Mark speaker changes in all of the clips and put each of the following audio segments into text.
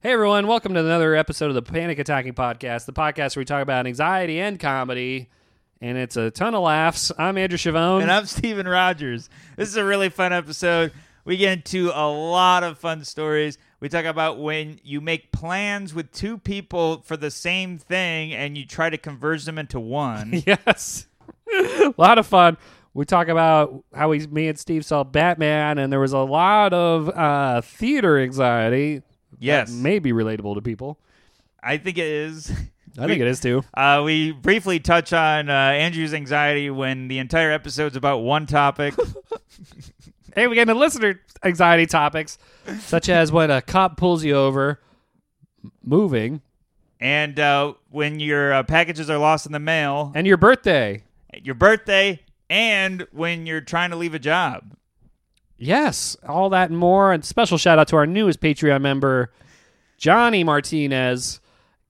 Speaker 1: Hey everyone, welcome to another episode of the Panic Attacking Podcast, the podcast where we talk about anxiety and comedy, and it's a ton of laughs. I'm Andrew Chavone.
Speaker 2: And I'm Steven Rogers. This is a really fun episode. We get into a lot of fun stories. We talk about when you make plans with two people for the same thing and you try to converge them into one.
Speaker 1: yes, a lot of fun. We talk about how we, me and Steve saw Batman, and there was a lot of uh, theater anxiety.
Speaker 2: Yes.
Speaker 1: that may be relatable to people.
Speaker 2: I think it is.
Speaker 1: I think it is too.
Speaker 2: Uh, we briefly touch on uh, Andrew's anxiety when the entire episode's about one topic.
Speaker 1: Hey, we get into listener anxiety topics, such as when a cop pulls you over, m- moving,
Speaker 2: and uh, when your uh, packages are lost in the mail,
Speaker 1: and your birthday.
Speaker 2: your birthday, and when you're trying to leave a job.
Speaker 1: Yes, all that and more. And special shout out to our newest Patreon member, Johnny Martinez.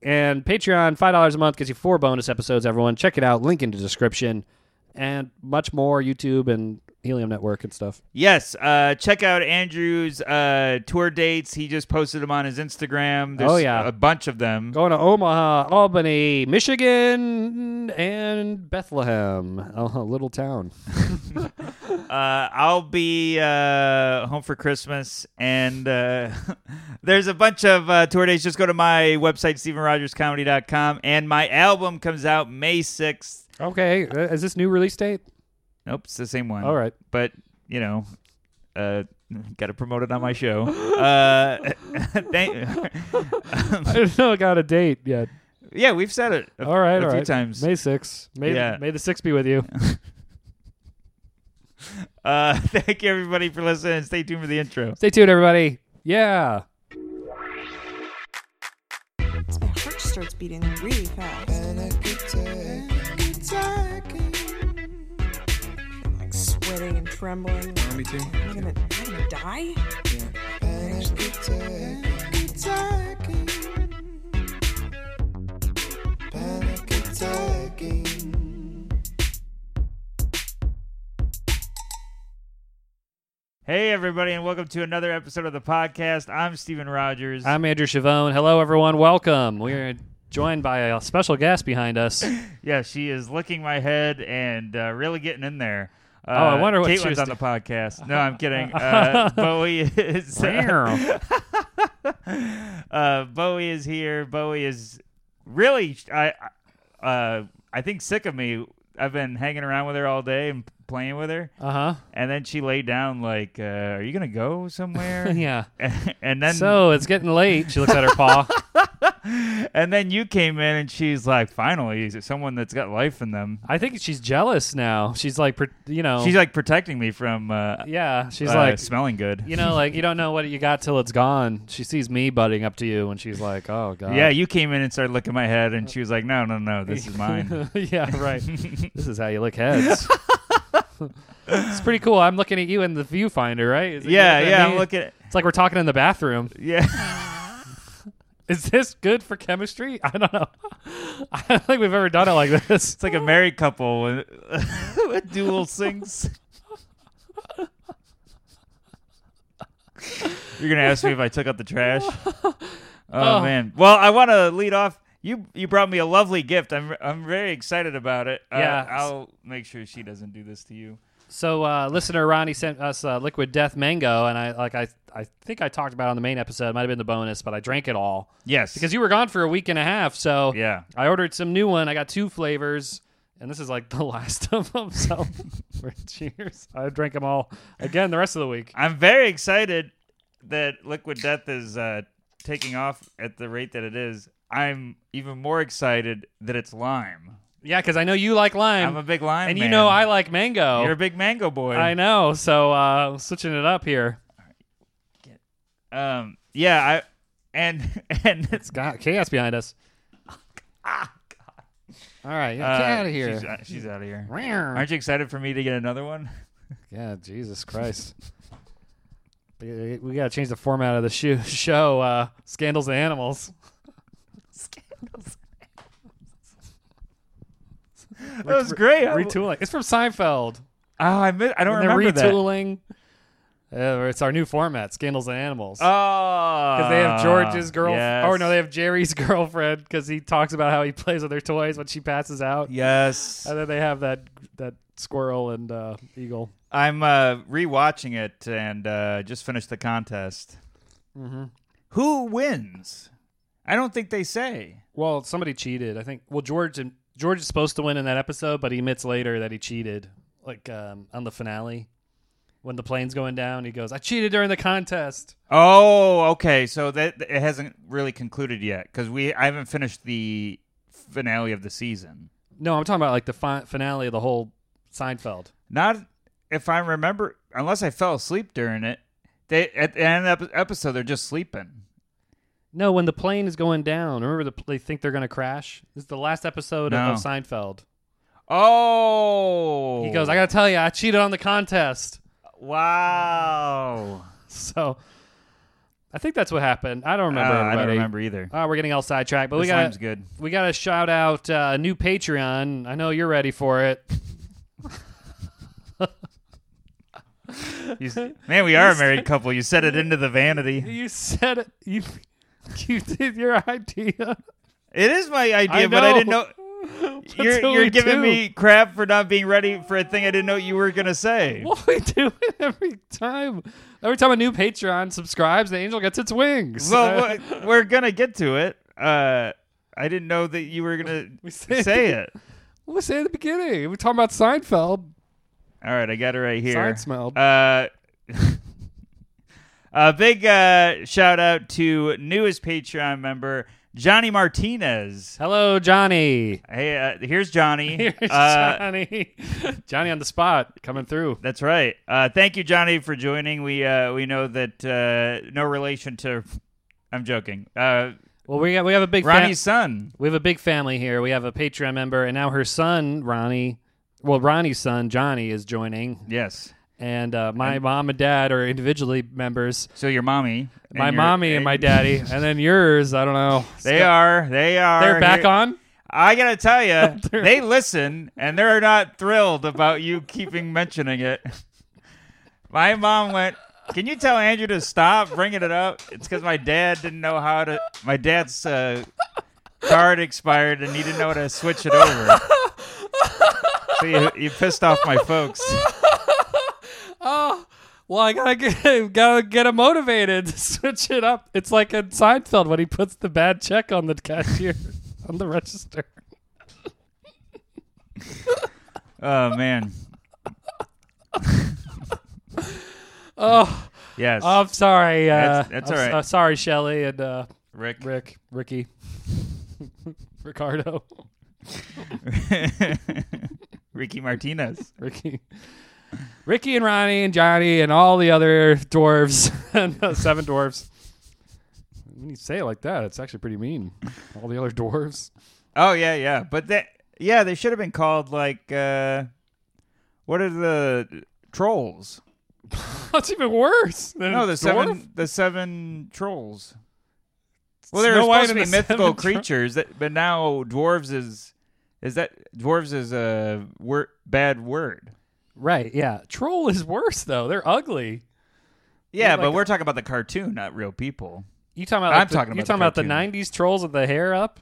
Speaker 1: And Patreon, $5 a month gets you four bonus episodes, everyone. Check it out. Link in the description. And much more YouTube and Helium Network and stuff.
Speaker 2: Yes, uh, check out Andrew's uh, tour dates. He just posted them on his Instagram. There's
Speaker 1: Oh, yeah.
Speaker 2: a bunch of them.
Speaker 1: Going to Omaha, Albany, Michigan, and Bethlehem, a little town.
Speaker 2: Uh, I'll be uh, home for Christmas, and uh, there's a bunch of uh, tour dates. Just go to my website, StephenRogersComedy.com, and my album comes out May 6th.
Speaker 1: Okay, uh, is this new release date?
Speaker 2: Nope, it's the same one.
Speaker 1: All right.
Speaker 2: but you know, uh, got to promote it on my show. uh, thank-
Speaker 1: I don't know, I got a date yet.
Speaker 2: yeah, we've said it a,
Speaker 1: All right,
Speaker 2: a
Speaker 1: all
Speaker 2: few
Speaker 1: right.
Speaker 2: times.
Speaker 1: May 6th. May,
Speaker 2: Yeah.
Speaker 1: May the 6th be with you.
Speaker 2: Uh, thank you, everybody, for listening. Stay tuned for the intro.
Speaker 1: Stay tuned, everybody. Yeah.
Speaker 3: My heart starts beating really fast.
Speaker 4: And I could take
Speaker 3: I'm like sweating and trembling.
Speaker 4: Me too.
Speaker 3: Am I gonna, am I gonna die?
Speaker 4: And I could take Panic attacking.
Speaker 2: Hey, everybody, and welcome to another episode of the podcast. I'm Steven Rogers.
Speaker 1: I'm Andrew Chavone. Hello, everyone. Welcome. We're joined by a special guest behind us.
Speaker 2: yeah, she is licking my head and uh, really getting in there. Uh,
Speaker 1: Oh, I wonder what she
Speaker 2: Caitlin's
Speaker 1: was
Speaker 2: on the podcast. No, I'm kidding. Uh, Bowie is. uh, Bowie is here. Bowie is really. I, I- uh, I think sick of me. I've been hanging around with her all day and playing with her,
Speaker 1: Uh
Speaker 2: and then she laid down like, uh, "Are you gonna go somewhere?"
Speaker 1: huh. Yeah.
Speaker 2: and then
Speaker 1: So it's getting late. She looks at her paw.
Speaker 2: and then you came in and she's like finally is it someone that's got life in them
Speaker 1: I think she's jealous now. She's like, pr- you know.
Speaker 2: she's like protecting me from uh
Speaker 1: yeah. Oh. She's
Speaker 2: uh,
Speaker 1: like,
Speaker 2: smelling good
Speaker 1: you know, like you don't know what you got till it's gone. She sees me butting up to you, and she's like, oh god.
Speaker 2: yeah you came in and started licking my head and she was like no no no this is mine
Speaker 1: yeah. Right. this is how you lick heads. it's pretty cool. I'm looking at you in the viewfinder, right? Is it you
Speaker 2: yeah
Speaker 1: looking at
Speaker 2: yeah
Speaker 1: me?
Speaker 2: i'm looking at
Speaker 1: It's like we're talking in the bathroom.
Speaker 2: yeah
Speaker 1: Is this good for chemistry? I don't know. I don't think we've ever done it like this.
Speaker 2: it's like a married couple with, with dual sinks you're gonna ask me if i took out the trash oh, man well i want to lead off you you brought me a lovely gift i'm i'm very excited about it Uh,
Speaker 1: Yeah.
Speaker 2: i'll make sure she doesn't do this to you
Speaker 1: So, uh, listener Ronnie sent us uh, Liquid Death Mango, and I like I I think I talked about it on the main episode. It might have been the bonus, but I drank it all
Speaker 2: yes
Speaker 1: because you were gone for a week and a half. So
Speaker 2: yeah
Speaker 1: I ordered some new one. I got two flavors, and this is like the last of them. So, cheers! I drank them all again the rest of the week.
Speaker 2: i'm very excited that liquid death is uh taking off at the rate that it is i'm even more excited that it's lime
Speaker 1: Yeah, because I know you like lime,
Speaker 2: i'm a big lime
Speaker 1: and you
Speaker 2: man.
Speaker 1: know I like mango.
Speaker 2: You're a big mango boy.
Speaker 1: Oh. I know. So uh, switching it up here.
Speaker 2: Um, yeah, I and and
Speaker 1: It's got chaos behind us. All right, yeah,
Speaker 2: Ah, uh,
Speaker 1: get out of here.
Speaker 2: She's, uh, she's out of here.
Speaker 1: Meow.
Speaker 2: Aren't you excited for me to get another one?
Speaker 1: yeah, Jesus Christ. we we gotta change the format of the shoe, show. Uh, scandals and animals.
Speaker 2: That was great. I-
Speaker 1: Retooling. It's from Seinfeld.
Speaker 2: Oh, I mi- I don't
Speaker 1: And they're
Speaker 2: remember that.
Speaker 1: retooling. Uh, it's our new format, Scandals and Animals.
Speaker 2: Oh,
Speaker 1: because they have George's girlfriend.
Speaker 2: Yes.
Speaker 1: Oh no, they have Jerry's girlfriend because he talks about how he plays with their toys when she passes out.
Speaker 2: Yes,
Speaker 1: And then they have that that squirrel and uh, eagle.
Speaker 2: I'm uh, rewatching it and uh, just finished the contest.
Speaker 1: Mm-hmm.
Speaker 2: Who wins? I don't think they say.
Speaker 1: Well, somebody cheated. I think. Well, George and George is supposed to win in that episode, but he admits later that he cheated, like um, on the finale when the plane's going down. He goes, "I cheated during the contest."
Speaker 2: Oh, okay. So that it hasn't really concluded yet because we I haven't finished the finale of the season.
Speaker 1: No, I'm talking about like the fi- finale of the whole Seinfeld.
Speaker 2: Not if I remember, unless I fell asleep during it. They at the end of the epi- episode they're just sleeping.
Speaker 1: No, when the plane is going down, remember the, they think they're going to crash. This is the last episode
Speaker 2: No.
Speaker 1: of Seinfeld.
Speaker 2: Oh,
Speaker 1: He goes, I gotta tell you, I cheated on the contest.
Speaker 2: Wow.
Speaker 1: So I think that's what happened. I don't remember.
Speaker 2: Uh, I don't
Speaker 1: everybody.
Speaker 2: remember either.
Speaker 1: Ah, we're getting all sidetracked, but
Speaker 2: this
Speaker 1: we got
Speaker 2: time's good.
Speaker 1: we got to shout out uh, a new Patreon. I know you're ready for it.
Speaker 2: You s- man, we are a married couple. You set it into the vanity.
Speaker 1: You said it. You you did your idea.
Speaker 2: It is my idea,
Speaker 1: I
Speaker 2: but I didn't know.
Speaker 1: know.
Speaker 2: You're,
Speaker 1: what
Speaker 2: you're
Speaker 1: we
Speaker 2: giving
Speaker 1: do.
Speaker 2: me crap for not being ready for a thing I didn't know you were going to say.
Speaker 1: Well, we do it every time. Every time a new Patreon subscribes, the angel gets its wings.
Speaker 2: Well, we- we're going to get to it. Uh, I didn't know that you were going to
Speaker 1: We say-
Speaker 2: say it.
Speaker 1: we say at the beginning. We're talking about Seinfeld.
Speaker 2: All right, I got it right here.
Speaker 1: Side smelled.
Speaker 2: Uh, a big uh, shout out to newest Patreon member, Johnny Martinez.
Speaker 1: Hello, Johnny.
Speaker 2: Hey, uh, here's Johnny.
Speaker 1: Here's
Speaker 2: Uh,
Speaker 1: Johnny. Johnny on the spot coming through.
Speaker 2: That's right. Uh, thank you, Johnny, for joining. We uh, we know that uh, no relation to. I'm joking. Uh,
Speaker 1: Well, we got, we have a big fam-
Speaker 2: Ronnie's son.
Speaker 1: we have a big family here. We have a Patreon member, and now her son Ronnie. Well, Ronnie's son Johnny is joining,
Speaker 2: Yes.
Speaker 1: and uh, my mom and dad are individually members.
Speaker 2: So your mommy. and
Speaker 1: my
Speaker 2: your-
Speaker 1: mommy and my daddy, and then yours. I don't know.
Speaker 2: They are. They are.
Speaker 1: They're back
Speaker 2: here-
Speaker 1: on.
Speaker 2: I gotta tell you, they listen, and they're not thrilled about you keeping mentioning it. My mom went. Can you tell Andrew to stop bringing it up? It's because my dad didn't know how to. My dad's uh, card expired, and he didn't know how to switch it over. So you, you pissed off my folks.
Speaker 1: Well, I gotta get gotta get him motivated to switch it up. It's like in Seinfeld when he puts the bad check on the cashier on the register.
Speaker 2: Oh man.
Speaker 1: Oh.
Speaker 2: Yes,
Speaker 1: I'm sorry. Uh,
Speaker 2: That's- that's
Speaker 1: I'm
Speaker 2: all
Speaker 1: s-
Speaker 2: right.
Speaker 1: uh, sorry, Shelly and uh,
Speaker 2: Rick.
Speaker 1: Rick, Ricky, Ricardo,
Speaker 2: Ricky Martinez.
Speaker 1: Ricky, Ricky and Ronnie and Johnny and all the other dwarves and the seven dwarves. When you say it like that, it's actually pretty mean. All the other dwarves.
Speaker 2: Oh yeah, yeah. But that yeah, they should have been called like uh what are the trolls?
Speaker 1: That's even worse. Than
Speaker 2: No,
Speaker 1: a
Speaker 2: the
Speaker 1: dwarf?
Speaker 2: seven the seven trolls. Well, they're
Speaker 1: Snow White
Speaker 2: supposed to
Speaker 1: and
Speaker 2: be
Speaker 1: the
Speaker 2: mythical
Speaker 1: seven tro-
Speaker 2: creatures, that, but now dwarves is is that dwarves is a wor- bad word.
Speaker 1: Right? Yeah. Troll is worse though. They're ugly.
Speaker 2: Yeah,
Speaker 1: Like
Speaker 2: but
Speaker 1: a-
Speaker 2: we're talking about the cartoon, not real people.
Speaker 1: You talking about?
Speaker 2: I'm
Speaker 1: like, the,
Speaker 2: talking about
Speaker 1: you
Speaker 2: the
Speaker 1: talking about the
Speaker 2: cartoon.
Speaker 1: '90s trolls with the hair up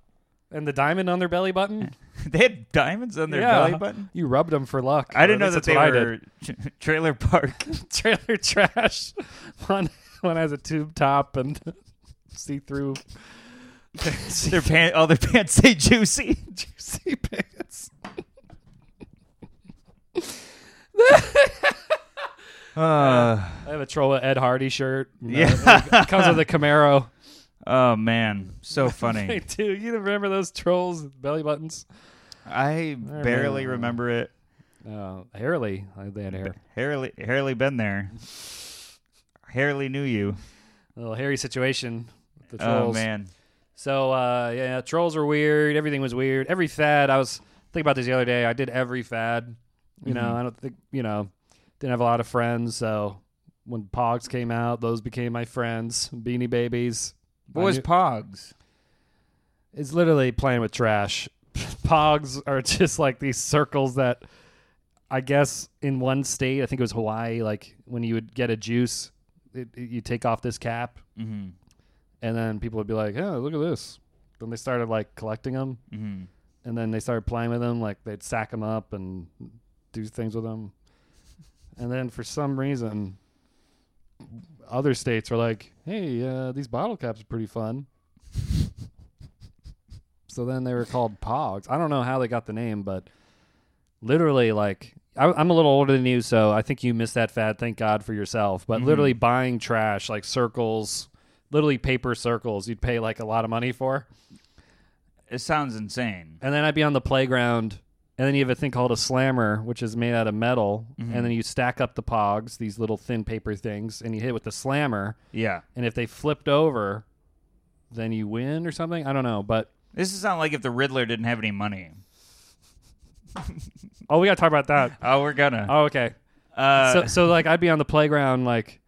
Speaker 1: and the diamond on their belly button?
Speaker 2: they had diamonds on their belly button.
Speaker 1: You rubbed them for luck.
Speaker 2: I didn't
Speaker 1: Or
Speaker 2: know
Speaker 1: at least
Speaker 2: that they
Speaker 1: that's what I
Speaker 2: were tra- trailer park.
Speaker 1: did. trailer trash. One one has a tube top and see through
Speaker 2: their pants, all their pants say juicy.
Speaker 1: juicy pants.
Speaker 2: Uh,
Speaker 1: I have a troll Ed Hardy shirt. And, uh,
Speaker 2: Yeah.
Speaker 1: it comes with a Camaro.
Speaker 2: oh man, so funny.
Speaker 1: Hey, dude, you remember those trolls with belly buttons?
Speaker 2: I barely remember it.
Speaker 1: Uh, Harley, I- they had hair.
Speaker 2: Harley, Harley been there. Harley knew you.
Speaker 1: A little hairy situation. With the trolls.
Speaker 2: Oh man,
Speaker 1: So uh, yeah, trolls were weird. Everything was weird. Every fad. I was thinking about this the other day. I did every fad. You know, I don't think you know. Didn't have a lot of friends, so when Pogs came out, those became my friends. Beanie Babies.
Speaker 2: what
Speaker 1: I
Speaker 2: was
Speaker 1: knew-
Speaker 2: Pogs?
Speaker 1: It's literally playing with trash. Pogs are just like these circles that I guess in one state, I think it was Hawaii, like when you would get a juice, it, it- you take off this cap,
Speaker 2: Mm-hmm.
Speaker 1: and then people would be like, "Oh, look at this." Then they started like collecting them,
Speaker 2: Mm-hmm.
Speaker 1: and then they started playing with them. Like they'd sack them up and do things with them. And then for some reason, other states were like, "Hey, uh, these bottle caps are pretty fun." so then they were called Pogs. I don't know how they got the name, but literally, like, I, I'm a little older than you, so I think you missed that fad. Thank God for yourself. But literally, buying trash like circles, literally paper circles, you'd pay like a lot of money for
Speaker 2: It sounds insane.
Speaker 1: and then I'd be on the playground, and then you have a thing called a slammer, which is made out of metal, and then you stack up the pogs, these little thin paper things, and you hit with the slammer,
Speaker 2: Yeah.
Speaker 1: and if they flipped over, then you win or something. I don't know, but
Speaker 2: This is sound like if the Riddler didn't have any money.
Speaker 1: oh, we gotta talk about that.
Speaker 2: Oh, we're gonna.
Speaker 1: Oh, okay.
Speaker 2: Uh,
Speaker 1: so, so like I'd be on the playground, like,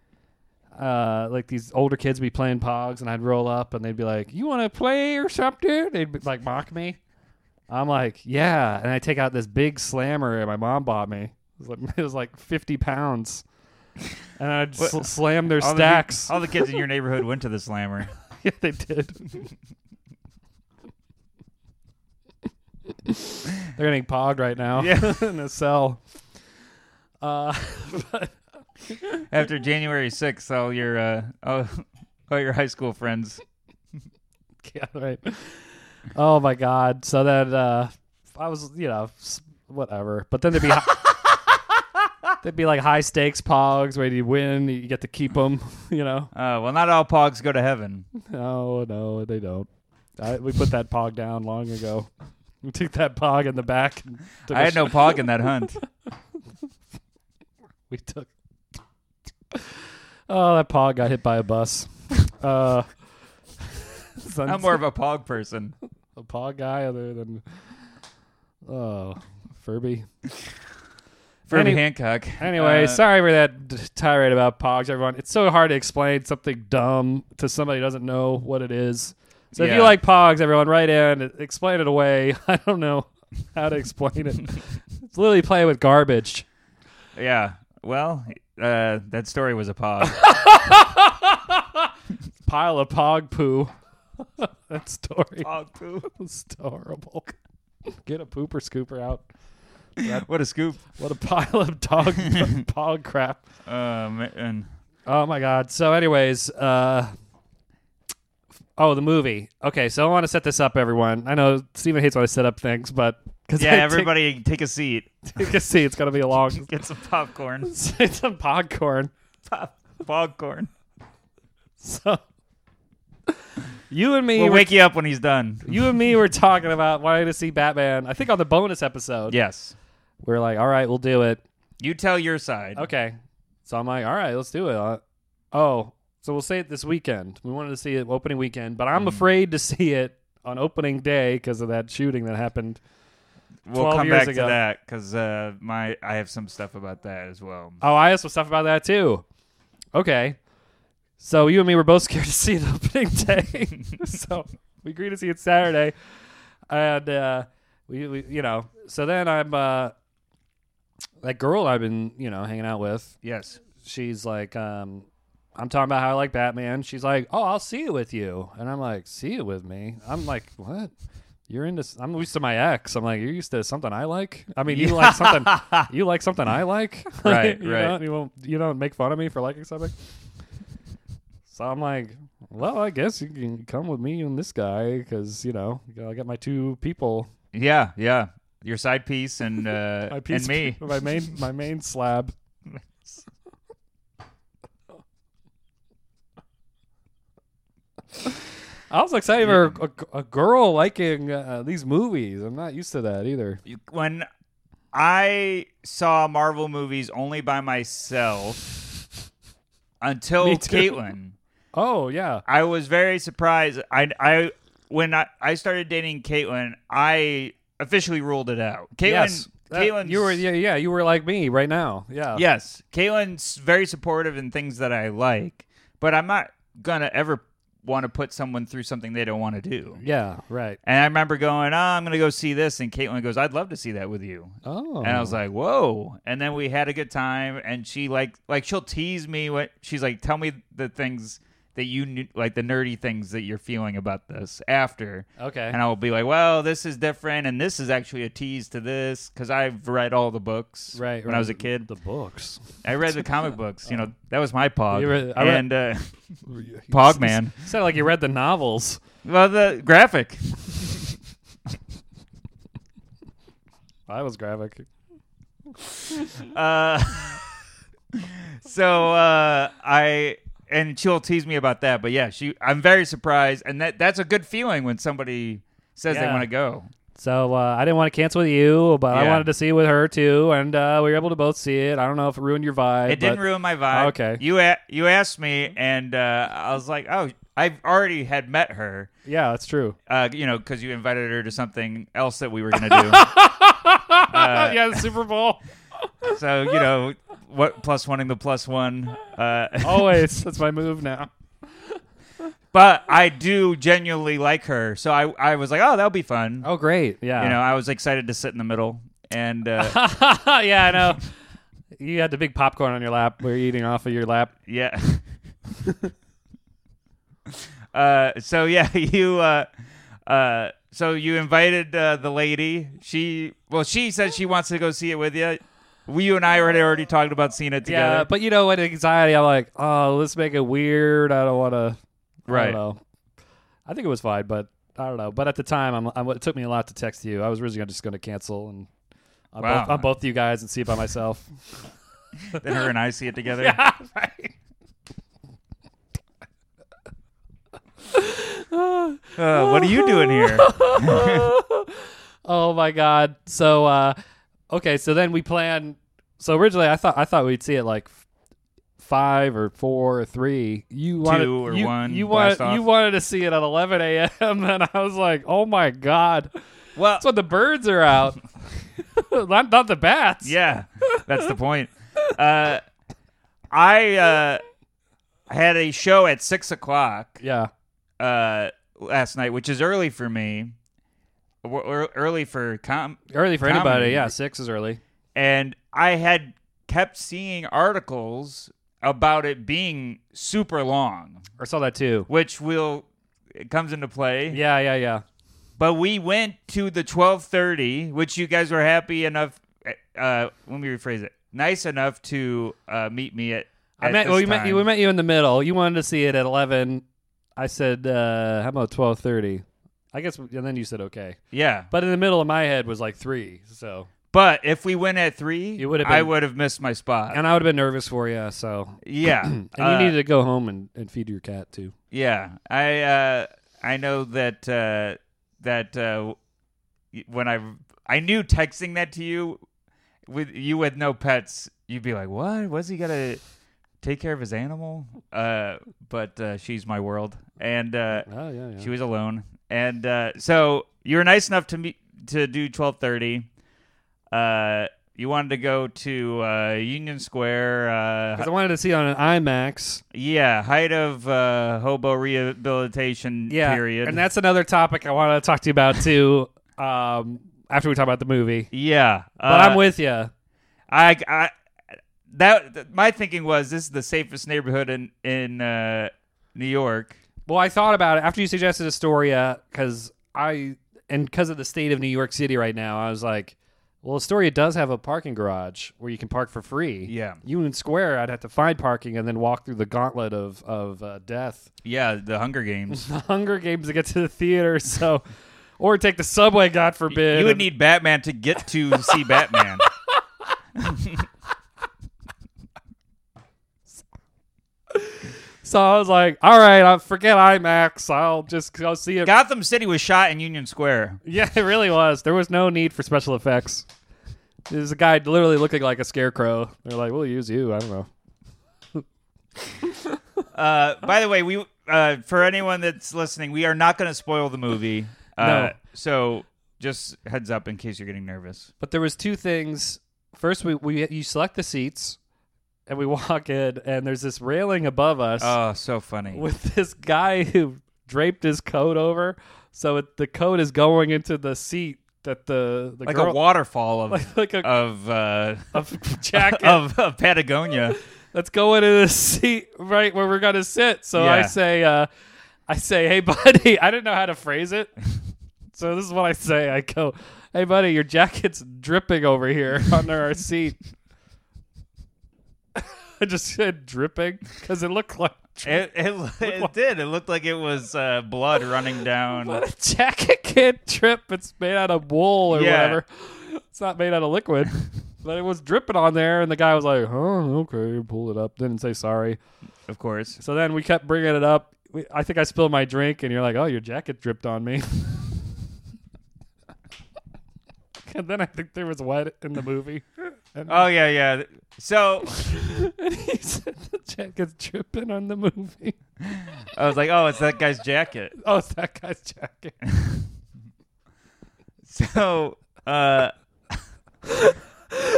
Speaker 1: uh, like these older kids would be playing pogs, and I'd roll up, and they'd be like, "You want to play or something?" They'd be, like mock me. I'm like, "Yeah," and I take out this big slammer that my mom bought me. It was like, it was like 50 pounds, and I'd sl-
Speaker 2: What-
Speaker 1: slam their
Speaker 2: all the-
Speaker 1: stacks.
Speaker 2: all the kids in your neighborhood went to the slammer.
Speaker 1: yeah, they did. They're getting pogged right now
Speaker 2: Yeah.
Speaker 1: in a cell. Uh,
Speaker 2: After January 6th, all your uh, all, all your high school friends.
Speaker 1: yeah, right. Oh my god. So then uh, I was, you know, s- whatever. But then there'd be there'd be like high stakes pogs where you win, you get to keep them. You know?
Speaker 2: Uh, well, not all pogs go to heaven.
Speaker 1: No, no, they don't. I, we put that pog down long ago. We took that pog in the back. and took a
Speaker 2: I had
Speaker 1: sh-
Speaker 2: no pog in that hunt.
Speaker 1: We took. Oh, that pog got hit by a bus. Uh,
Speaker 2: I'm more of a pog person.
Speaker 1: a pog guy other than oh Furby.
Speaker 2: Furby
Speaker 1: Any-
Speaker 2: Hancock.
Speaker 1: Anyway,
Speaker 2: Uh,
Speaker 1: sorry for that d- tirade about pogs, everyone. It's so hard to explain something dumb to somebody who doesn't know what it is. So if you
Speaker 2: Yeah.
Speaker 1: like pogs, everyone, write in, explain it away. I don't know how to explain it. it's literally playing with garbage.
Speaker 2: Yeah. Well, uh, that story was a pog.
Speaker 1: Pile of pog poo. that story
Speaker 2: pog poo.
Speaker 1: was horrible. Uh, Get a pooper scooper out.
Speaker 2: What a scoop.
Speaker 1: What a pile of dog pog crap.
Speaker 2: Uh,
Speaker 1: Um,
Speaker 2: man.
Speaker 1: Oh my god. So anyways, uh Oh, the movie. Okay, so I want to set this up everyone. I know Steven hates when I set up things, but cuz
Speaker 2: Yeah,
Speaker 1: I take-
Speaker 2: everybody take a seat.
Speaker 1: you can see it's going to be a long
Speaker 2: Get some popcorn.
Speaker 1: it's some popcorn.
Speaker 2: Pop- popcorn.
Speaker 1: So you and me
Speaker 2: We'll
Speaker 1: were,
Speaker 2: wake you up when he's done.
Speaker 1: you and me were talking about wanting to see Batman. I think on the bonus episode.
Speaker 2: Yes.
Speaker 1: We are like, "All right, we'll do it."
Speaker 2: You tell your side.
Speaker 1: Okay. So I'm like, all right, let's do it. Uh, oh, so we'll say it this weekend. We wanted to see it opening weekend, but I'm afraid to see it on opening day because of that shooting that happened.
Speaker 2: We'll
Speaker 1: 12
Speaker 2: come
Speaker 1: years
Speaker 2: back
Speaker 1: ago.
Speaker 2: to that because uh, my I have some stuff about that as well.
Speaker 1: Oh, I have some stuff about that too. Okay. So you and me were both scared to see it opening day. so we agreed to see it Saturday. And uh we, we you know, so then I'm uh that girl I've been, you know, hanging out with
Speaker 2: Yes.
Speaker 1: she's like, um, I'm talking about how I like Batman. She's like, oh, I'll see it with you. And I'm like, see it with me? I'm like, what? You're into, s- I'm used to my ex. I'm like, you're used to something I like? I mean, you like something, you like something I like?
Speaker 2: Right,
Speaker 1: you
Speaker 2: right.
Speaker 1: Don't, you, won't, you don't make fun of me for liking something? So I'm like, well, I guess you can come with me and this guy because, you know, I got my two people,
Speaker 2: Yeah. Yeah. Your side piece and uh,
Speaker 1: my piece,
Speaker 2: and me.
Speaker 1: my main, my main slab. I was excited for a, a girl liking uh, these movies. I'm not used to that either.
Speaker 2: You- when I saw Marvel movies only by myself until
Speaker 1: Me too.
Speaker 2: Caitlin,
Speaker 1: Oh yeah,
Speaker 2: I was very surprised. I I when I, I started dating Caitlin, I officially ruled it out. Caitlin,
Speaker 1: yes. That-
Speaker 2: Caitlin,
Speaker 1: you were yeah, yeah you were like me right now. Yeah,
Speaker 2: Yes, Caitlin's very supportive in things that I like, but I'm not gonna ever want to put someone through something they don't want to do.
Speaker 1: Yeah, right.
Speaker 2: And I remember going, oh, I'm going to go see this. And Caitlin goes, I'd love to see that with you.
Speaker 1: Oh.
Speaker 2: And I was like, whoa. And then we had a good time. And she like, like she'll tease me. What she's like, tell me the things that you knew, like the nerdy things that you're feeling about this after.
Speaker 1: Okay.
Speaker 2: And I'll be like, well, this is different. And this is actually a tease to this. Cause I've read all the books
Speaker 1: right.
Speaker 2: when I was a kid.
Speaker 1: The books.
Speaker 2: I read the comic books. You know, that was my pog.
Speaker 1: You read- I read-
Speaker 2: and uh, pog man.
Speaker 1: Sounded like you read the novels.
Speaker 2: Well, the graphic.
Speaker 1: I was graphic.
Speaker 2: Uh, so uh, I and she'll tease me about that, but yeah, she. I'm very surprised, and that that's a good feeling when somebody says they
Speaker 1: Yeah.
Speaker 2: want to go.
Speaker 1: So uh, I didn't want to cancel with you, but I
Speaker 2: Yeah.
Speaker 1: wanted to see it with her too, and uh, we were able to both see it. I don't know if it ruined your vibe.
Speaker 2: It didn't
Speaker 1: but-
Speaker 2: ruin my vibe.
Speaker 1: Okay.
Speaker 2: you a- you asked me, and uh, I was like, oh, I've already had met her.
Speaker 1: Yeah, that's true.
Speaker 2: Uh, you know, because you invited her to something else that we were gonna do.
Speaker 1: yeah, the Super Bowl.
Speaker 2: so you know, what plus wanting the plus one. Uh,
Speaker 1: Always. That's my move now.
Speaker 2: but I do genuinely like her, so I I was like, oh, that'll be fun.
Speaker 1: Oh, great. Yeah.
Speaker 2: you know, I was excited to sit in the middle. And uh,
Speaker 1: yeah, I know. You had the big popcorn on your lap. We were eating off of your lap.
Speaker 2: yeah. uh, so yeah, you. Uh, uh, so you invited uh, the lady. She well, she said she wants to go see it with you. We you and I already already talked about seeing it together.
Speaker 1: Yeah, but you know, with anxiety, I'm like, oh, let's make it weird. I don't want to. I
Speaker 2: Right.
Speaker 1: don't know. I think it was fine, but I don't know. But at the time, I'm, I'm, it took me a lot to text you. I was originally just going to cancel and on,
Speaker 2: Wow.
Speaker 1: both, on both you guys and see it by myself.
Speaker 2: then her and I see it together. Uh, what are you doing here?
Speaker 1: oh my god. So uh okay, so then we plan so originally I thought I thought we'd see it like f- 5 or 4 or 3. You wanted
Speaker 2: Two or
Speaker 1: you,
Speaker 2: one,
Speaker 1: you
Speaker 2: blast
Speaker 1: wanted
Speaker 2: off.
Speaker 1: you wanted to see it at 11 a.m. and I was like, "Oh my god.
Speaker 2: Well,
Speaker 1: That's when the birds are out." not, not the bats.
Speaker 2: Yeah, that's the point. Uh, I uh, had a show at six o'clock
Speaker 1: Yeah.
Speaker 2: uh, last night, which is early for me, w- or early for com.
Speaker 1: Early for
Speaker 2: Comedy.
Speaker 1: anybody. Yeah, 6 is early.
Speaker 2: And I had kept seeing articles about it being super long,
Speaker 1: I saw that too.
Speaker 2: which will it comes into play.
Speaker 1: Yeah, yeah, yeah.
Speaker 2: But we went to the twelve thirty, which you guys were happy enough. Uh, let me rephrase it. Nice enough to uh, meet me at.
Speaker 1: I
Speaker 2: at
Speaker 1: met,
Speaker 2: this
Speaker 1: well, we met you.
Speaker 2: time.
Speaker 1: We met you in the middle. You wanted to see it at eleven. I said, uh, "How about twelve thirty? I guess, and then you said okay.
Speaker 2: Yeah,
Speaker 1: But in the middle of my head was like three. So,
Speaker 2: but if we went at three,
Speaker 1: You would've
Speaker 2: I
Speaker 1: been-
Speaker 2: would have missed my spot.
Speaker 1: and I would have been nervous for you. So,
Speaker 2: yeah,
Speaker 1: and
Speaker 2: uh,
Speaker 1: you needed to go home and, and feed your cat too.
Speaker 2: Yeah, I uh, I know that uh, that uh, y- when I I knew texting that to you with you with no pets, you'd be like, "What? Was he gonna take care of his animal?" Uh, but uh, she's my world, and uh,
Speaker 1: Oh yeah, yeah.
Speaker 2: She was alone, and uh, so you were nice enough to meet to do twelve thirty. Uh, you wanted to go to uh, Union Square. Uh,
Speaker 1: Because I wanted to see it on an IMAX.
Speaker 2: yeah, height of uh, hobo rehabilitation
Speaker 1: Yeah,
Speaker 2: period.
Speaker 1: and that's another topic I wanted to talk to you about too. um, after we talk about the movie,
Speaker 2: yeah. uh,
Speaker 1: but I'm with you.
Speaker 2: I, I that th- my thinking was this is the safest neighborhood in in uh, New York.
Speaker 1: Well, I thought about it after you suggested Astoria because I and because of the state of New York City right now, I was like, well, Astoria does have a parking garage where you can park for free.
Speaker 2: Yeah.
Speaker 1: Union Square, I'd have to find parking and then walk through the gauntlet of of uh, death,
Speaker 2: Yeah, the Hunger Games.
Speaker 1: the Hunger Games to get to the theater. So, or take the subway, God forbid.
Speaker 2: you would need Batman to get to see Batman.
Speaker 1: So I was like, all right, I forget IMAX. I'll just go see it.
Speaker 2: Gotham City was shot in Union Square.
Speaker 1: Yeah, it really was. There was no need for special effects. There's a guy literally looking like a scarecrow. They're like, we'll use you. I don't know.
Speaker 2: Uh, by the way, we uh, for anyone that's listening, we are not going to spoil the movie. Uh,
Speaker 1: No.
Speaker 2: So just heads up in case you're getting nervous.
Speaker 1: But there was two things. First, we, we you select the seats, and we walk in, and there's this railing above us
Speaker 2: Oh, so funny.
Speaker 1: with this guy who draped his coat over, so it, the coat is going into the seat that the the
Speaker 2: like
Speaker 1: girl
Speaker 2: a waterfall of
Speaker 1: like, like a,
Speaker 2: of uh,
Speaker 1: a jacket
Speaker 2: of, of Patagonia.
Speaker 1: let's go into the seat right where we're gonna sit. So I
Speaker 2: Yeah.
Speaker 1: say, uh, I say, hey buddy, I didn't know how to phrase it, so this is what I say. I go, hey buddy, your jacket's dripping over here under our seat. I just said dripping because it looked like dri-
Speaker 2: It, it, it did. It looked like it was uh, blood running down.
Speaker 1: but a jacket can't drip. It's made out of wool or
Speaker 2: Yeah.
Speaker 1: whatever. It's not made out of liquid. But it was dripping on there, and the guy was like, "Oh, okay." Pulled it up, didn't say sorry.
Speaker 2: Of course.
Speaker 1: So then we kept bringing it up. We, I think I spilled my drink, and you're like, "Oh, your jacket dripped on me." and then I think there was wet in the movie. And,
Speaker 2: Oh yeah, yeah. So
Speaker 1: and he said the jacket's dripping on the movie.
Speaker 2: I was like, oh, it's that guy's jacket.
Speaker 1: Oh, it's that guy's jacket.
Speaker 2: So uh,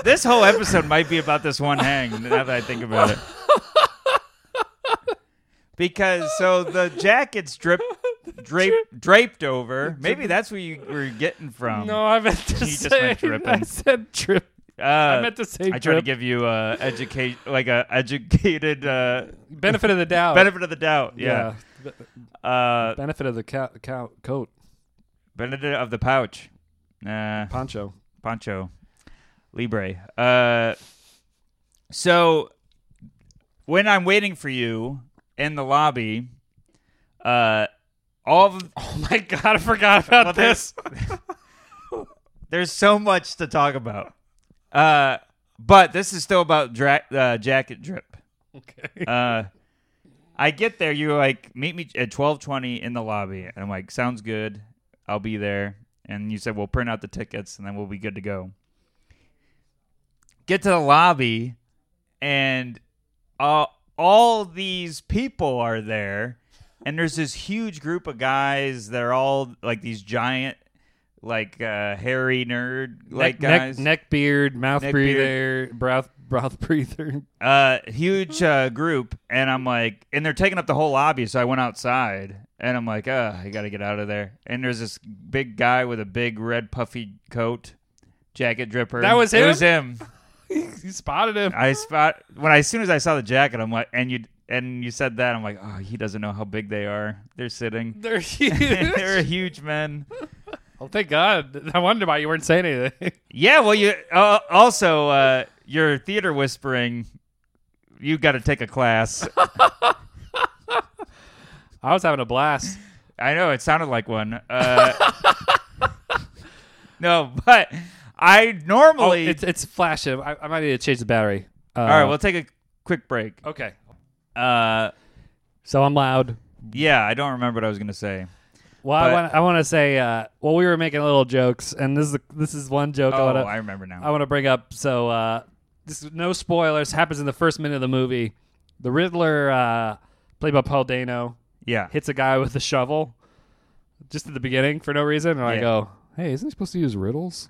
Speaker 2: this whole episode might be about this one hang. Now that I think about it. Because so the jacket's drip, drape, draped over. Maybe that's where you were getting from.
Speaker 1: no, I meant to
Speaker 2: Um, he just
Speaker 1: say.
Speaker 2: went dripping.
Speaker 1: I said drip.
Speaker 2: uh,
Speaker 1: I meant to say
Speaker 2: I try to
Speaker 1: drip.
Speaker 2: give you uh, educate like a educated uh,
Speaker 1: benefit of the doubt.
Speaker 2: benefit of the doubt.
Speaker 1: yeah.
Speaker 2: Yeah. Uh,
Speaker 1: Benefit of the cow, cow coat
Speaker 2: benefit of the pouch. Nah,
Speaker 1: poncho.
Speaker 2: Pancho Libre. Uh, so when I'm waiting for you in the lobby, uh, all of,
Speaker 1: Oh my god, I forgot about
Speaker 2: Well,
Speaker 1: this.
Speaker 2: there's- there's so much to talk about. Uh, but this is still about dra- uh, jacket drip.
Speaker 1: okay.
Speaker 2: uh, I get there. You're like, meet me at twelve twenty in the lobby, and I'm like, sounds good. I'll be there. And you said we'll print out the tickets, and then we'll be good to go. Get to the lobby, and uh, all these people are there, and there's this huge group of guys that are all like these giant, like uh, hairy nerd like
Speaker 1: neck,
Speaker 2: guys.
Speaker 1: neck, neck beard, mouth
Speaker 2: Neck
Speaker 1: breather, breath, breath breather.
Speaker 2: uh huge uh group and i'm like and they're taking up the whole lobby so i went outside and i'm like uh i gotta get out of there and there's this big guy with a big red puffy coat jacket dripper
Speaker 1: That was
Speaker 2: it
Speaker 1: him?
Speaker 2: was him
Speaker 1: you spotted him.
Speaker 2: i spot when i as soon as i saw the jacket i'm like and you and you said that i'm like oh he doesn't know how big they are they're sitting
Speaker 1: They're
Speaker 2: they're
Speaker 1: huge.
Speaker 2: huge men
Speaker 1: oh, thank God. I wonder why you weren't saying anything.
Speaker 2: yeah well you uh, also uh your theater whispering you got to take a class
Speaker 1: I was having a blast.
Speaker 2: I know it sounded like one. Uh, no, but I
Speaker 1: Oh,
Speaker 2: normally.
Speaker 1: it's it's flashing. I, I might need to change the battery. Uh,
Speaker 2: all right, we'll take a quick break.
Speaker 1: okay.
Speaker 2: Uh,
Speaker 1: So I'm loud.
Speaker 2: yeah, I don't remember what I was going to say.
Speaker 1: Well, I
Speaker 2: But-
Speaker 1: want I want to say. Uh, well, we were making little jokes, and this is this is one joke I
Speaker 2: Oh,
Speaker 1: want to
Speaker 2: I remember now.
Speaker 1: I want to bring up. So uh, this is no spoilers. Happens in the first minute of the movie. The Riddler, uh, played by Paul Dano,
Speaker 2: yeah,
Speaker 1: hits a guy with a shovel just at the beginning for no reason. And I
Speaker 2: Yeah.
Speaker 1: go, hey, isn't he supposed to use riddles?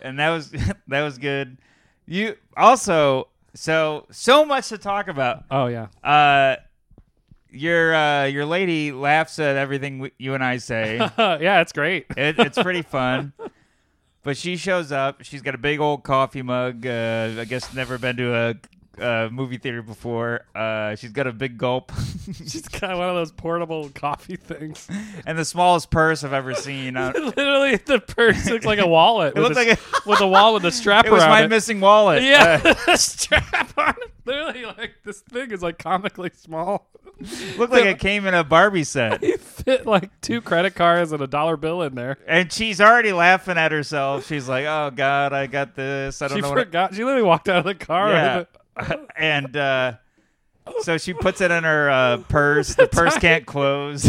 Speaker 2: and that was that was good. You also so so much to talk about.
Speaker 1: Oh, yeah.
Speaker 2: Uh, your uh, your lady laughs at everything we, you and I say.
Speaker 1: yeah, it's great.
Speaker 2: It, it's pretty fun. But she shows up. She's got a big old coffee mug. Uh, I guess never been to a uh, movie theater before. Uh, she's got a big gulp
Speaker 1: She's got one of those portable coffee things.
Speaker 2: and the smallest purse I've ever seen. Uh,
Speaker 1: Literally, the purse looks like a wallet.
Speaker 2: It
Speaker 1: with
Speaker 2: looked
Speaker 1: a, s- with a wallet with a strap
Speaker 2: it was
Speaker 1: around
Speaker 2: my
Speaker 1: it.
Speaker 2: missing wallet. Uh,
Speaker 1: yeah, strap on it. Literally, like this thing is like comically small.
Speaker 2: Uh, looked like it came in a Barbie set.
Speaker 1: You fit like two credit cards and a dollar bill in there.
Speaker 2: And she's already laughing at herself. She's like, "Oh God, I got this. I don't
Speaker 1: She
Speaker 2: know
Speaker 1: forgot. She literally walked out of the car.
Speaker 2: what." I-
Speaker 1: with it.
Speaker 2: Yeah. and uh, so she puts it in her uh, purse. The purse can't close.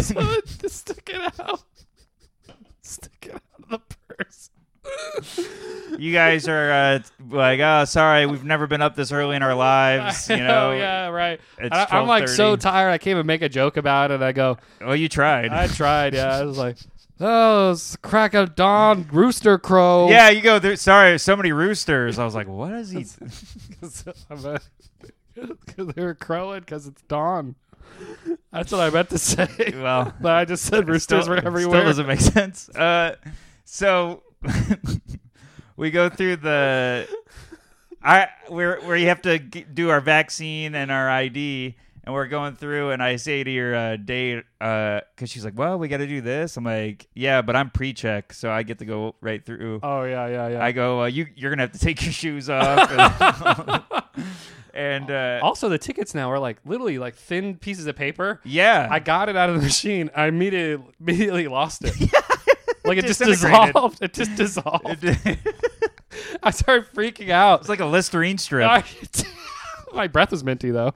Speaker 1: Just stick it out. Stick it out of the purse.
Speaker 2: you guys are uh, like, oh, sorry, we've never been up this early in our lives. You know,
Speaker 1: Oh, yeah, right.
Speaker 2: it's
Speaker 1: I, I'm like so
Speaker 2: 12:30.
Speaker 1: tired. I can't even make a joke about it. I go,
Speaker 2: well, you tried.
Speaker 1: I tried. Yeah, I was like, Oh, it's crack of dawn, rooster crow.
Speaker 2: Yeah, you go. There, sorry, so many roosters. I was like, what is he?
Speaker 1: because they're crowing because it's dawn. That's what I meant to say.
Speaker 2: Well,
Speaker 1: but I just said roosters
Speaker 2: still-
Speaker 1: were
Speaker 2: it
Speaker 1: everywhere.
Speaker 2: Still doesn't make sense. Uh, so we go through the I where where you have to g do our vaccine and our ID, and we're going through, and I say to your uh, date because she's like, "Well, we got to do this." I'm like, "Yeah, but I'm pre-check, so I get to go right through."
Speaker 1: oh yeah, yeah, yeah.
Speaker 2: I go, uh, "You you're gonna have to take your shoes off," and uh,
Speaker 1: also, the tickets now are like literally like thin pieces of paper.
Speaker 2: yeah,
Speaker 1: I got it out of the machine. I immediately immediately lost it. like it just
Speaker 2: Disintegrated.
Speaker 1: dissolved. It just dissolved.
Speaker 2: it's
Speaker 1: I started freaking out.
Speaker 2: like a Listerine strip.
Speaker 1: I- my breath was minty though.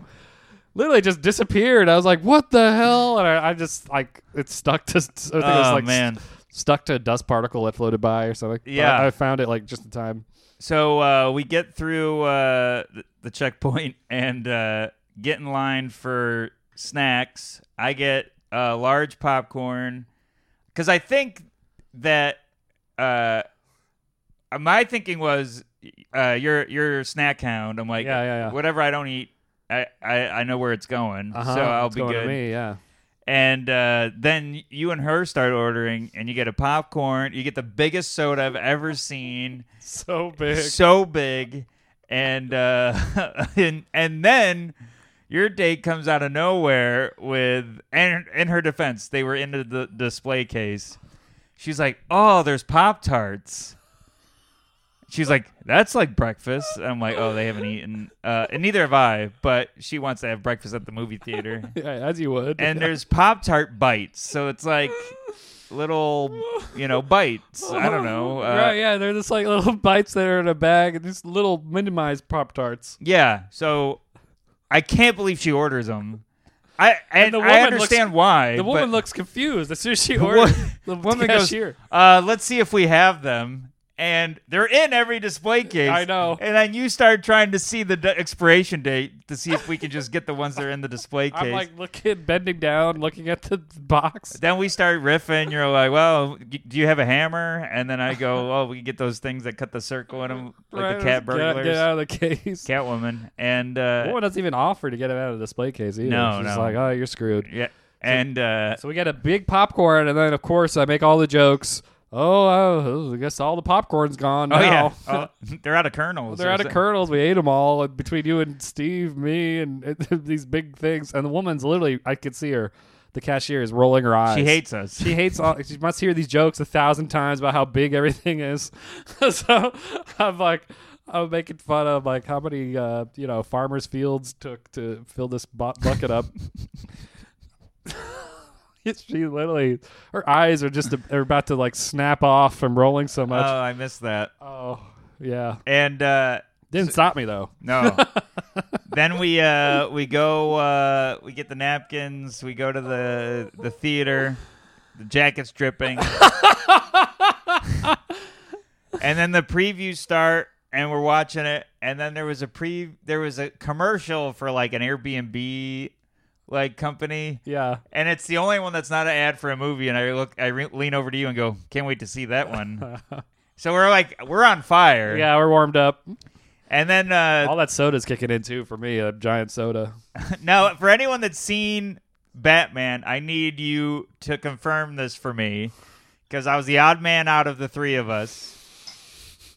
Speaker 1: Literally just disappeared. I was like, "What the hell?" And I, I just like it stuck to. I think it was
Speaker 2: Oh,
Speaker 1: like
Speaker 2: man.
Speaker 1: st- stuck to a dust particle that floated by or something. But
Speaker 2: Yeah.
Speaker 1: I, I found it like just in time.
Speaker 2: So uh, we get through uh, th- the checkpoint and uh, get in line for snacks. I get uh, large popcorn because I think that uh, my thinking was uh, you're you're a snack hound. I'm like,
Speaker 1: Yeah, yeah, yeah.
Speaker 2: whatever I don't eat, I, I, I know where it's going,
Speaker 1: Uh-huh.
Speaker 2: so I'll
Speaker 1: It's
Speaker 2: be
Speaker 1: going
Speaker 2: good
Speaker 1: To me, yeah.
Speaker 2: and uh, then you and her start ordering, and you get a popcorn. You get the biggest soda I've ever seen,
Speaker 1: So big.
Speaker 2: so big, and uh, and and then your date comes out of nowhere with and in her defense, they were in the, the display case. She's like, "Oh, there's Pop Tarts." She's like, "That's like breakfast." And I'm like, "Oh, they haven't eaten," uh, and neither have I. But she wants to have breakfast at the movie theater
Speaker 1: Yeah, as you would.
Speaker 2: and uh, there's Pop Tart bites, so it's like little, you know, bites. I don't know. Uh,
Speaker 1: right, yeah, they're just like little bites that are in a bag and just little minimized pop tarts.
Speaker 2: yeah. So I can't believe she orders them. I and,
Speaker 1: the
Speaker 2: I
Speaker 1: woman looks-
Speaker 2: understand why.
Speaker 1: The woman
Speaker 2: but
Speaker 1: looks confused as soon as she
Speaker 2: the wo-
Speaker 1: orders. The
Speaker 2: woman goes,
Speaker 1: cashier.
Speaker 2: uh, "Let's see if we have them." And they're in every display case.
Speaker 1: I know.
Speaker 2: And then you start trying to see the d- expiration date to see if we can just get the ones that are in the display case.
Speaker 1: I'm like looking, bending down, looking at the box.
Speaker 2: Then we start riffing. You're like, "Well, g- do you have a hammer?" And then I go, "Oh, we get those things that cut the circle in them,
Speaker 1: Right,
Speaker 2: like the
Speaker 1: let's
Speaker 2: cat
Speaker 1: get-
Speaker 2: burglars,
Speaker 1: Get, out of the case.
Speaker 2: Catwoman." And uh,
Speaker 1: Woman doesn't even offer to get him out of the display case either.
Speaker 2: No,
Speaker 1: She's
Speaker 2: no.
Speaker 1: like, oh, you're screwed.
Speaker 2: yeah, and uh,
Speaker 1: So we get a big popcorn, and then of course I make all the jokes. Oh, oh, I guess all the popcorn's gone
Speaker 2: oh yeah,
Speaker 1: now.
Speaker 2: Oh, they're out of kernels.
Speaker 1: They're
Speaker 2: or
Speaker 1: out of
Speaker 2: so-
Speaker 1: kernels. We ate them all and between you and Steve, me, and these big things. And the woman's literally, I could see her. The cashier is rolling her eyes.
Speaker 2: She hates us.
Speaker 1: She hates all. She must hear these jokes a thousand times about how big everything is. so I'm like, I'm making fun of like how many uh, you know farmers' fields took to fill this bu- bucket up. she literally, her eyes are just are about to like snap off from rolling so
Speaker 2: oh,
Speaker 1: much.
Speaker 2: I missed that.
Speaker 1: oh yeah,
Speaker 2: And uh,
Speaker 1: didn't stop me though.
Speaker 2: no. then we uh, we go. Uh, we get the napkins. We go to the the theater. The jacket's dripping. and then the previews start and we're watching it and then there was a pre there was a commercial for like an Airbnb like company
Speaker 1: Yeah,
Speaker 2: and it's the only one that's not an ad for a movie and I look I re- lean over to you and go can't wait to see that one. so we're like we're on fire.
Speaker 1: yeah, we're warmed up.
Speaker 2: And then uh
Speaker 1: All that soda's kicking in too for me. A giant soda.
Speaker 2: Now, for anyone that's seen Batman, I need you to confirm this for me because I was the odd man out of the three of us.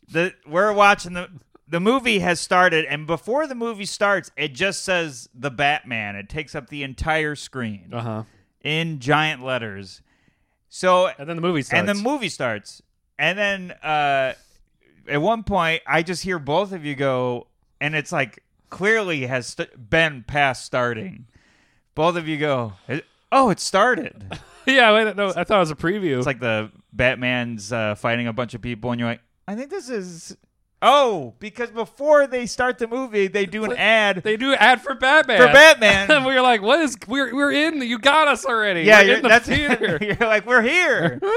Speaker 2: The we're watching the the movie has started, and before the movie starts, it just says the Batman. It takes up the entire screen
Speaker 1: Uh huh.
Speaker 2: in giant letters. So
Speaker 1: And then the movie starts.
Speaker 2: and the movie starts. And then uh, at one point, I just hear both of you go, and it's like clearly has st- been past starting. Both of you go, oh, it started.
Speaker 1: yeah, I don't know. I thought it was a preview.
Speaker 2: It's like the Batman's uh, fighting a bunch of people, and you're like, I think this is. Oh, because before they start the movie, they do an ad
Speaker 1: They do ad for Batman.
Speaker 2: for Batman.
Speaker 1: we were like, "What is? We're we're in. You got us already.
Speaker 2: yeah,
Speaker 1: We're
Speaker 2: you're,
Speaker 1: in the
Speaker 2: that's
Speaker 1: theater."
Speaker 2: You're like, we're here.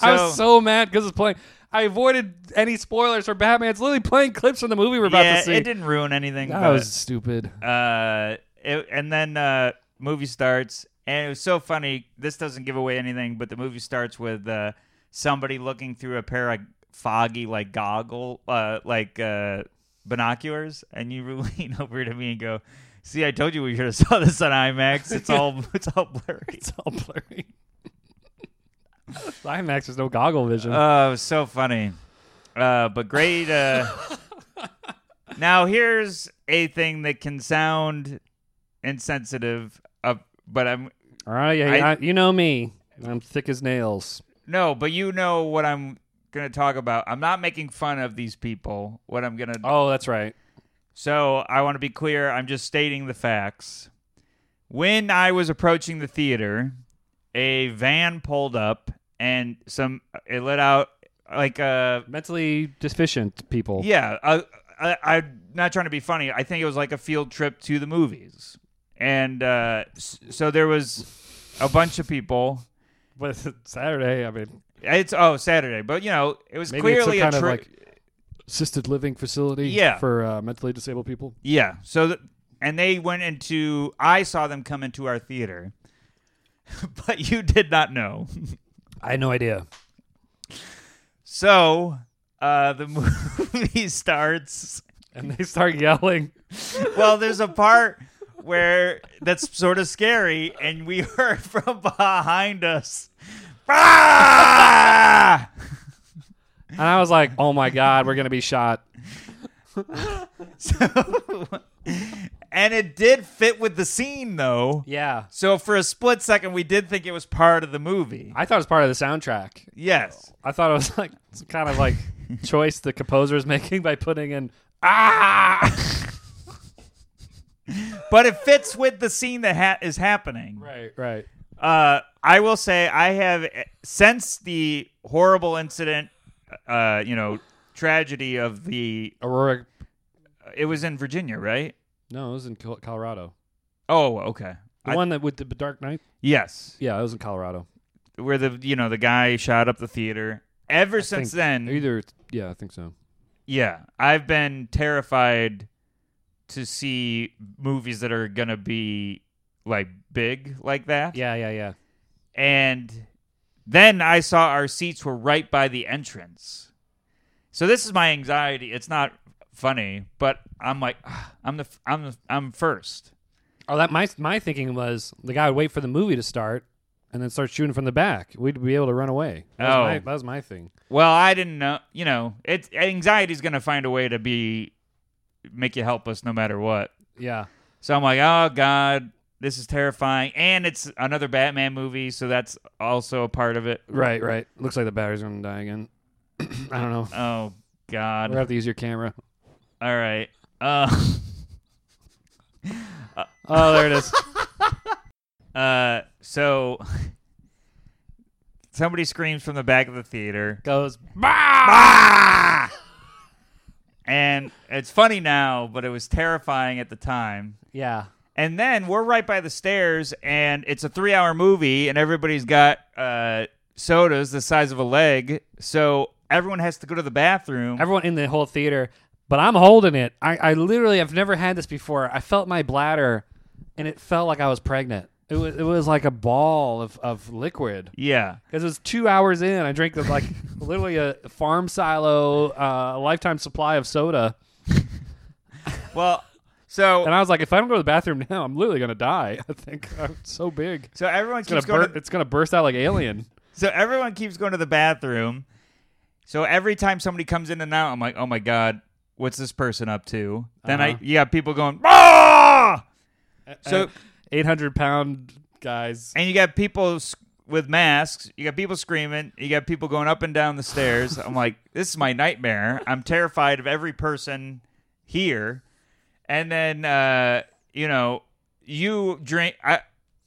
Speaker 1: I was so mad because it's playing. I avoided any spoilers for Batman. It's literally playing clips from the movie we're about
Speaker 2: yeah,
Speaker 1: to see.
Speaker 2: it didn't ruin anything.
Speaker 1: that
Speaker 2: but-
Speaker 1: was stupid.
Speaker 2: uh, it, and then uh, movie starts, And it was so funny. This doesn't give away anything, but the movie starts with uh, somebody looking through a pair of foggy, like goggle, uh, like uh, binoculars, and you lean over to me and go, "See, I told you we should have saw this on IMAX. It's all, it's all blurry."
Speaker 1: It's all blurry. IMAX is no goggle vision.
Speaker 2: Oh, it was so funny. Uh, but great. Uh... now here's a thing that can sound insensitive, uh, but I'm
Speaker 1: all right, yeah,
Speaker 2: I-
Speaker 1: yeah, you know me. I'm thick as nails.
Speaker 2: no, but you know what I'm gonna talk about. I'm not making fun of these people. What I'm gonna
Speaker 1: Oh, that's right.
Speaker 2: So I want to be clear. I'm just stating the facts. When I was approaching the theater, a van pulled up and some it let out like a
Speaker 1: Mentally deficient people.
Speaker 2: Yeah, I, I, I'm not trying to be funny. I think it was like a field trip to the movies, and uh, s- so there was a bunch of people.
Speaker 1: But it's Saturday, I mean,
Speaker 2: It's oh Saturday, but you know it was
Speaker 1: maybe
Speaker 2: clearly
Speaker 1: it's
Speaker 2: a
Speaker 1: a kind
Speaker 2: tri-
Speaker 1: of like assisted living facility
Speaker 2: Yeah.
Speaker 1: for uh, mentally disabled people.
Speaker 2: yeah. So th- and they went into. I saw them come into our theater, but you did not know.
Speaker 1: I had no idea.
Speaker 2: So uh, the movie starts.
Speaker 1: And they start yelling.
Speaker 2: Well, there's a part where that's sort of scary, and we heard from behind us. "Ah!"
Speaker 1: And I was like, oh my God, we're going to be shot.
Speaker 2: So, and it did fit with the scene, though.
Speaker 1: Yeah.
Speaker 2: So for a split second, we did think it was part of the movie.
Speaker 1: I thought it was part of the soundtrack.
Speaker 2: yes.
Speaker 1: I thought it was like some kind of like choice the composer is making by putting in, ah.
Speaker 2: But it fits with the scene that ha- is happening.
Speaker 1: Right, right.
Speaker 2: Uh, I will say I have since the horrible incident, uh, you know, tragedy of the.
Speaker 1: Aurora.
Speaker 2: It was in Virginia, right?
Speaker 1: No, it was in Col- Colorado.
Speaker 2: Oh, okay.
Speaker 1: The
Speaker 2: I-
Speaker 1: one that with the Dark Knight?
Speaker 2: yes,
Speaker 1: Yeah, it was in Colorado.
Speaker 2: where the you know the guy shot up the theater. Ever since
Speaker 1: think
Speaker 2: then,
Speaker 1: Either, yeah, I think so.
Speaker 2: yeah, I've been terrified to see movies that are gonna be like big like that.
Speaker 1: Yeah, yeah, yeah.
Speaker 2: and then I saw our seats were right by the entrance. So this is my anxiety. It's not funny, but I'm like, "Ah, I'm the, I'm the, I'm first.
Speaker 1: Oh, that my my thinking was the guy would wait for the movie to start and then start shooting from the back. We'd be able to run away. That was
Speaker 2: Oh.
Speaker 1: my, that was my thing.
Speaker 2: Well, I didn't know. You know, it's anxiety's going to find a way to be make you help us no matter what.
Speaker 1: Yeah,
Speaker 2: So I'm like, oh god, this is terrifying, and it's another Batman movie, so that's also a part of it.
Speaker 1: right, right. Looks like the battery's gonna die again. I don't know.
Speaker 2: Oh
Speaker 1: We're
Speaker 2: god.
Speaker 1: gonna have to use your camera.
Speaker 2: All right. Uh,
Speaker 1: Oh, there it is.
Speaker 2: Uh, so somebody screams from the back of the theater,
Speaker 1: Goes.
Speaker 2: "Bah!" and it's funny now, but it was terrifying at the time.
Speaker 1: Yeah.
Speaker 2: And then we're right by the stairs, and it's a three-hour movie, and everybody's got uh, sodas the size of a leg, so everyone has to go to the bathroom.
Speaker 1: Everyone in the whole theater, but I'm holding it. I, I literally I've never had this before. I felt my bladder, and it felt like I was pregnant. It was it was like a ball of of liquid.
Speaker 2: yeah,
Speaker 1: Because it was two hours in, I drank like literally a farm silo, uh, lifetime supply of soda,
Speaker 2: well, so
Speaker 1: and I was like, if I don't go to the bathroom now, I'm literally gonna die. I think I'm so big,
Speaker 2: so everyone
Speaker 1: it's gonna,
Speaker 2: keeps going.
Speaker 1: bur-
Speaker 2: to-
Speaker 1: it's gonna burst out like alien.
Speaker 2: So everyone keeps going to the bathroom. So every time somebody comes in and out, I'm like, oh my god, what's this person up to? Then I
Speaker 1: Uh-huh.
Speaker 2: you got people going, ah! so
Speaker 1: eight hundred pound guys,
Speaker 2: and you got people s- with masks. You got people screaming. You got people going up and down the stairs. I'm like, this is my nightmare. I'm terrified of every person here. And then uh, you know, you drink. I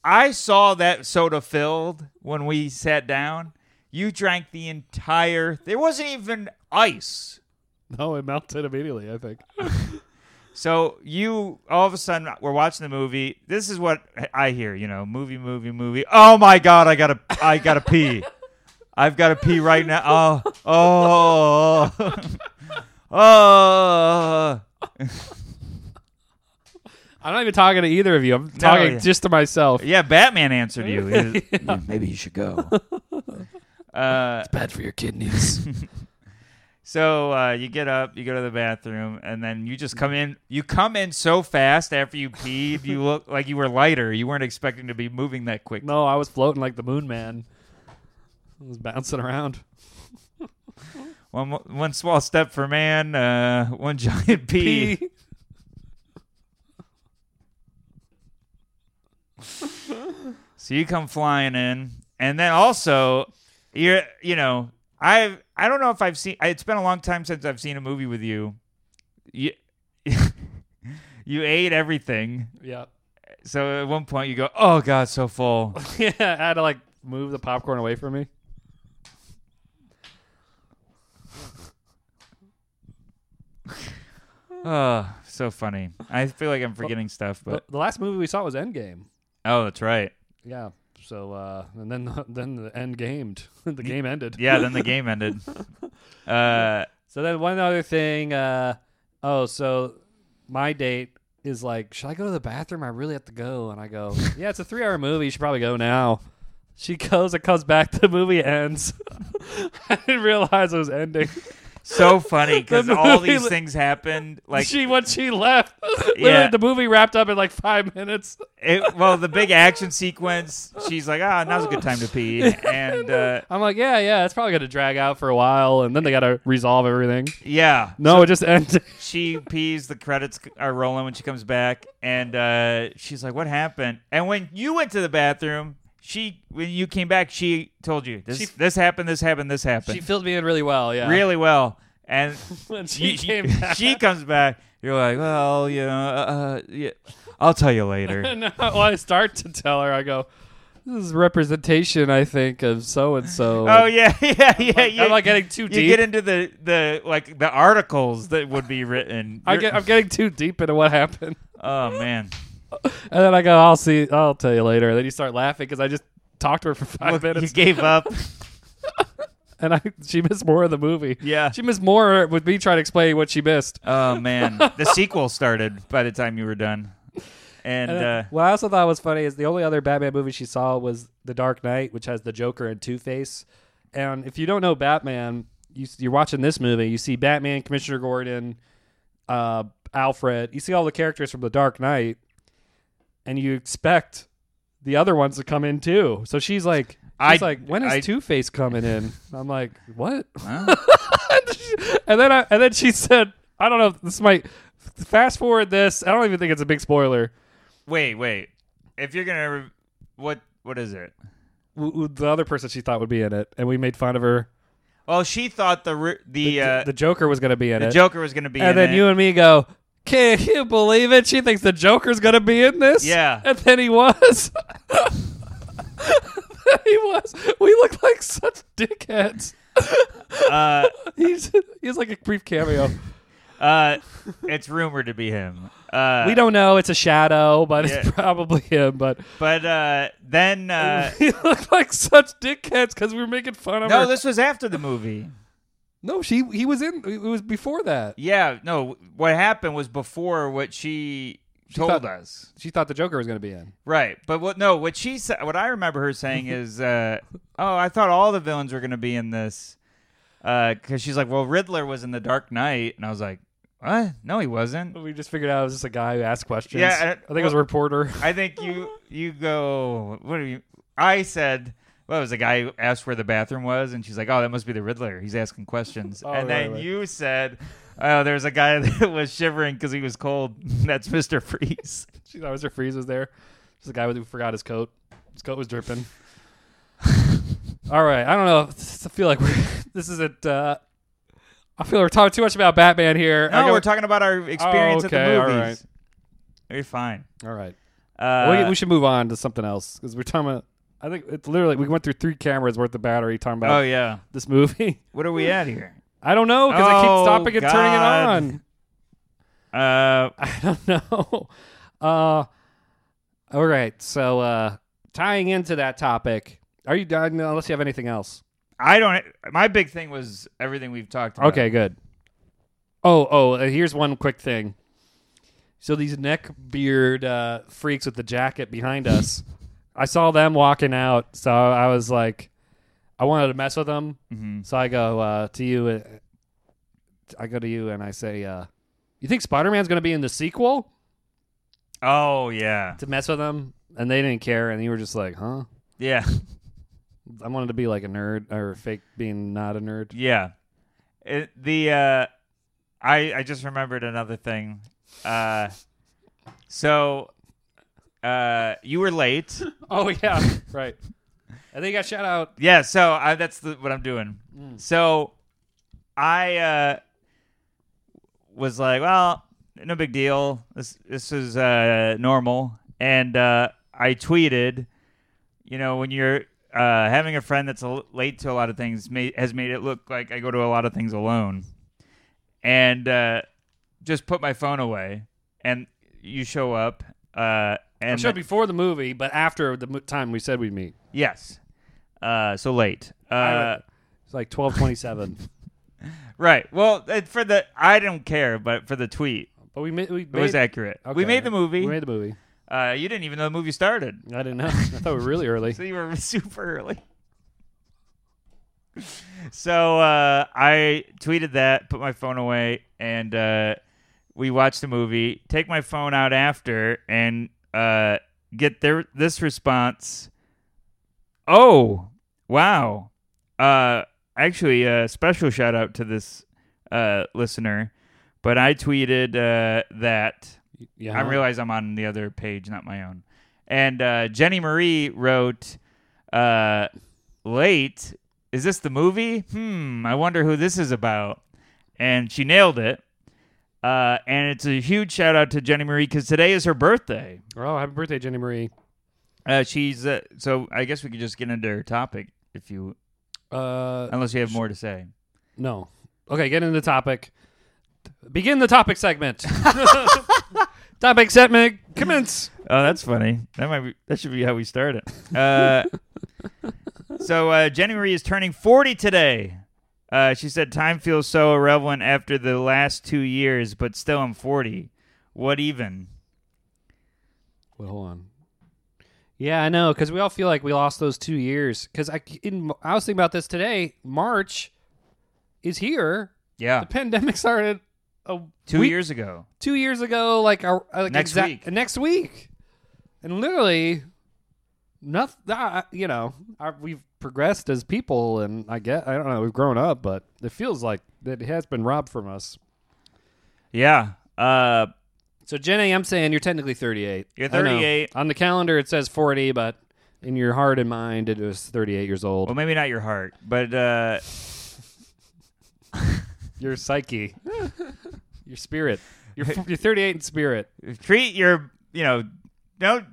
Speaker 2: I saw that soda filled when we sat down. You drank the entire. There wasn't even ice.
Speaker 1: no, it melted immediately. I think
Speaker 2: So you all of a sudden we're watching the movie. This is what I hear, you know, movie, movie, movie. Oh my god, I gotta I gotta pee. I've gotta pee right now. Oh oh oh.
Speaker 1: I I'm not even talking to either of you. I'm talking
Speaker 2: yeah.
Speaker 1: just to myself.
Speaker 2: Yeah, Batman answered you. He was- Maybe you should go. Uh,
Speaker 1: Bad for your kidneys.
Speaker 2: so uh, you get up, you go to the bathroom, and then you just come in. You come in so fast after you peed. You look like you were lighter. You weren't expecting to be moving that quick.
Speaker 1: no, I was floating like the moon man. I was bouncing around.
Speaker 2: One one small step for man, uh, one giant pea. So you come flying in, and then also, you're you know I've I don't know if I've seen. It's been a long time since I've seen a movie with you. You you ate everything,
Speaker 1: yeah.
Speaker 2: so at one point you go, "Oh God, so full."
Speaker 1: yeah, I had to like move the popcorn away from me.
Speaker 2: Oh, so funny. I feel like I'm forgetting stuff,
Speaker 1: The,
Speaker 2: but
Speaker 1: the last movie we saw was Endgame.
Speaker 2: oh, that's right.
Speaker 1: Yeah. So uh, and then then the end gamed. the game ended.
Speaker 2: Yeah, then the game ended. Uh,
Speaker 1: So then one other thing. Uh, oh, so my date is like, should I go to the bathroom? I really have to go. And I go, yeah, it's a three hour movie. You should probably go now. She goes and comes back. The movie ends. I didn't realize it was ending.
Speaker 2: so funny because
Speaker 1: The
Speaker 2: all
Speaker 1: movie
Speaker 2: these
Speaker 1: li-
Speaker 2: things happened. Like
Speaker 1: she when she left, literally
Speaker 2: Yeah.
Speaker 1: the movie wrapped up in like five minutes.
Speaker 2: it, well, the big action sequence. She's like, "Ah, now's a good time to pee," and uh,
Speaker 1: I'm like, yeah, yeah, it's probably gonna drag out for a while, and then they gotta resolve everything.
Speaker 2: yeah,
Speaker 1: No, it just ended.
Speaker 2: she pees. The credits are rolling when she comes back, and uh, she's like, "What happened?" And when you went to the bathroom, she when you came back, she told you this.
Speaker 1: She-
Speaker 2: this happened. This happened. This
Speaker 1: She
Speaker 2: happened.
Speaker 1: filled me in really well. Yeah,
Speaker 2: really well, and
Speaker 1: When she
Speaker 2: you-
Speaker 1: came back.
Speaker 2: she comes back. You're like, "Well, you know, uh, uh, yeah, I'll tell you later."
Speaker 1: no, well, I start to tell her, I go, "This is representation, I think, of so and so."
Speaker 2: Oh yeah, yeah, yeah. yeah.
Speaker 1: am I getting too
Speaker 2: you
Speaker 1: deep?
Speaker 2: get into the the like the articles that would be written.
Speaker 1: I
Speaker 2: You're-
Speaker 1: get, I'm getting too deep into what happened,
Speaker 2: oh man,
Speaker 1: and then I go, "I'll see, I'll tell you later." And then you start laughing because I just talked to her for five
Speaker 2: Well, you
Speaker 1: minutes,
Speaker 2: gave up.
Speaker 1: and I she missed more of the movie.
Speaker 2: Yeah.
Speaker 1: she missed more with me trying to explain what she missed.
Speaker 2: Oh man, the sequel started by the time you were done,
Speaker 1: And,
Speaker 2: and, uh,
Speaker 1: uh, what I also thought was funny is the only other Batman movie she saw was The Dark Knight, which has the Joker and Two Face. And if you don't know Batman, you, you're watching this movie. You see Batman, Commissioner Gordon, uh, Alfred. You see all the characters from The Dark Knight, and you expect the other ones to come in too. So she's like, she's
Speaker 2: I-
Speaker 1: like, when is
Speaker 2: I-
Speaker 1: Two Face coming in? I'm like, what?
Speaker 2: huh?
Speaker 1: and then I, and then she said, I don't know. if This might fast forward this. I don't even think it's a big spoiler.
Speaker 2: wait, wait. If you're gonna, re- what what is it?
Speaker 1: w- w- the other person she thought would be in it, and we made fun of her.
Speaker 2: Well, she thought the re- the
Speaker 1: The-
Speaker 2: uh,
Speaker 1: the Joker was going to be in
Speaker 2: the
Speaker 1: it,
Speaker 2: Joker was gonna be, in
Speaker 1: and then
Speaker 2: it.
Speaker 1: you and me go, "Can you believe it? She thinks the Joker's going to be in this."
Speaker 2: Yeah.
Speaker 1: and then he was. he was. We look like such dickheads.
Speaker 2: uh,
Speaker 1: He's he's like a brief cameo.
Speaker 2: uh, it's rumored to be him. Uh,
Speaker 1: we don't know. It's a shadow, but
Speaker 2: Yeah.
Speaker 1: it's probably him. But
Speaker 2: But uh, then uh,
Speaker 1: we look like such dickheads because we were making fun of her.
Speaker 2: no, this was after the movie.
Speaker 1: no, she he was in. It was before that.
Speaker 2: Yeah, no. What happened was before what she, told
Speaker 1: thought-
Speaker 2: us,
Speaker 1: She thought the Joker was going to be in.
Speaker 2: right? But what? No, what she said. What I remember her saying is, uh, "Oh, I thought all the villains were going to be in this," because she's like, "Well, Riddler was in the Dark Knight," and I was like, "What? No, he wasn't."
Speaker 1: We just figured out it was just a guy who asked questions.
Speaker 2: Yeah,
Speaker 1: I,
Speaker 2: and-
Speaker 1: think it was a reporter.
Speaker 2: I think you you go. What are you? I said. Well, it was a guy who asked where the bathroom was, and she's like, "Oh, that must be the Riddler. He's asking questions."
Speaker 1: Oh, right,
Speaker 2: and then
Speaker 1: right.
Speaker 2: you said, "Oh, there's a guy that was shivering because he was cold. That's Mister Freeze."
Speaker 1: She thought Mr. Freeze was there. Just a guy who forgot his coat. His coat was dripping. All right, I don't know. I feel like we're, this isn't. Uh, I feel we're talking too much about Batman here.
Speaker 2: No,
Speaker 1: I go-
Speaker 2: we're talking about our experience
Speaker 1: okay,
Speaker 2: at
Speaker 1: all
Speaker 2: the movies. You're fine.
Speaker 1: All right,
Speaker 2: Uh,
Speaker 1: we, we should move on to something else because we're talking about. I think it's literally we went through three cameras worth of battery talking about
Speaker 2: oh yeah.
Speaker 1: this movie.
Speaker 2: What are we at here?
Speaker 1: I don't know because I
Speaker 2: Oh,
Speaker 1: keep stopping and turning it
Speaker 2: God.
Speaker 1: on.
Speaker 2: Uh,
Speaker 1: I don't know. Uh, all right. So uh, tying into that topic, are you done? Unless you have anything else.
Speaker 2: I don't. My big thing was everything we've talked about.
Speaker 1: Okay, good. Oh, oh, uh, here's one quick thing. So these neck beard uh, freaks with the jacket behind us, I saw them walking out. So I was like, I wanted to mess with them.
Speaker 2: Mm-hmm.
Speaker 1: So I go uh, to you. Uh, I go to you and I say, uh, "You think Spider Man's going to be in the sequel?"
Speaker 2: Oh yeah,
Speaker 1: To mess with them, and they didn't care, and you were just like, "Huh."
Speaker 2: yeah,
Speaker 1: I wanted to be like a nerd or fake being not a nerd.
Speaker 2: yeah. It, the uh, I I just remembered another thing. Uh, so uh, you were late.
Speaker 1: Oh yeah, right. And they got shout out.
Speaker 2: Yeah, so I, that's the, what I'm doing. So I uh, was like, well, no big deal. This this is uh, normal. And uh, I tweeted, you know, when you're uh, having a friend that's a l- late to a lot of things ma- has made it look like I go to a lot of things alone. And uh, just put my phone away, and you show up. Uh, and
Speaker 1: I showed before the movie, but after the mo- time we said we'd meet.
Speaker 2: yes, uh, so late. Uh,
Speaker 1: It's like twelve twenty seven.
Speaker 2: Right. Well, uh, for the I don't care, but for the tweet,
Speaker 1: But we made we
Speaker 2: it was
Speaker 1: made-
Speaker 2: accurate. We
Speaker 1: okay.
Speaker 2: made the movie.
Speaker 1: We made the movie.
Speaker 2: uh, you didn't even know the movie started,
Speaker 1: I didn't know. I thought we were really early.
Speaker 2: so you were super early. so uh, I tweeted that, put my phone away, and uh, we watched the movie. Take my phone out after and uh, get their this response. Oh wow! Uh, actually, a special shout out to this uh, listener. But I tweeted uh, that
Speaker 1: Yeah.
Speaker 2: I realize I'm on the other page, not my own. And uh, Jenny Marie wrote, uh, "Late is this the movie? Hmm, I wonder who this is about." And she nailed it. Uh, and it's a huge shout out to Jenny Marie because today is her birthday.
Speaker 1: Oh, happy birthday, Jenny Marie.
Speaker 2: Uh, she's uh, so I guess we could just get into her topic if you,
Speaker 1: Uh,
Speaker 2: unless you have more to say.
Speaker 1: no. Okay, get into the topic. Begin the topic segment. topic segment commence.
Speaker 2: Oh, that's funny. That might be, that should be how we start it. Uh, so uh, Jenny Marie is turning forty today. Uh, she said, "Time feels so irrelevant after the last two years, but still I'm forty. What even?
Speaker 1: Well, hold on. Yeah, I know, because we all feel like we lost those two years. Because I, in, I was thinking about this today. March is here.
Speaker 2: Yeah,
Speaker 1: The pandemic started a
Speaker 2: two
Speaker 1: week-
Speaker 2: years ago.
Speaker 1: two years ago, like, our, uh, like
Speaker 2: Next
Speaker 1: exact-
Speaker 2: week.
Speaker 1: next week, and literally, nothing. Uh, you know, our, we've progressed as people, and I get, I don't know, we've grown up, but it feels like that it has been robbed from us.
Speaker 2: Yeah, uh,
Speaker 1: So Jenny, I'm saying you're technically 38.
Speaker 2: You're
Speaker 1: I know.
Speaker 2: 38.
Speaker 1: On the calendar, it says 40, but in your heart and mind, it was 38 years old.
Speaker 2: well, maybe not your heart, but uh,
Speaker 1: your psyche, your spirit, you're, f- you're 38 in spirit.
Speaker 2: treat your you know don't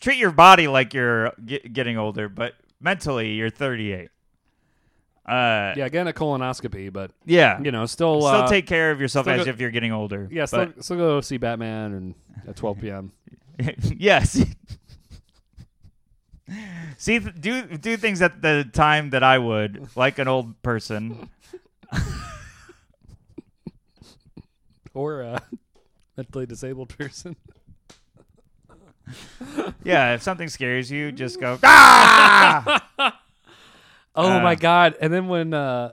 Speaker 2: treat your body like you're ge- getting older, but mentally you're thirty eight. Uh,
Speaker 1: Yeah, again a colonoscopy, but
Speaker 2: yeah,
Speaker 1: you know, still
Speaker 2: still
Speaker 1: uh,
Speaker 2: take care of yourself
Speaker 1: still
Speaker 2: as
Speaker 1: go-
Speaker 2: if you're getting older.
Speaker 1: Yeah, still, still go see Batman and at 12 p.m.
Speaker 2: but- yes. See, th- do do things at the time that I would, like an old person.
Speaker 1: or
Speaker 2: uh,
Speaker 1: a mentally disabled person.
Speaker 2: Yeah, if something scares you, just go. Ah!
Speaker 1: Oh
Speaker 2: Uh.
Speaker 1: my god! And then when uh,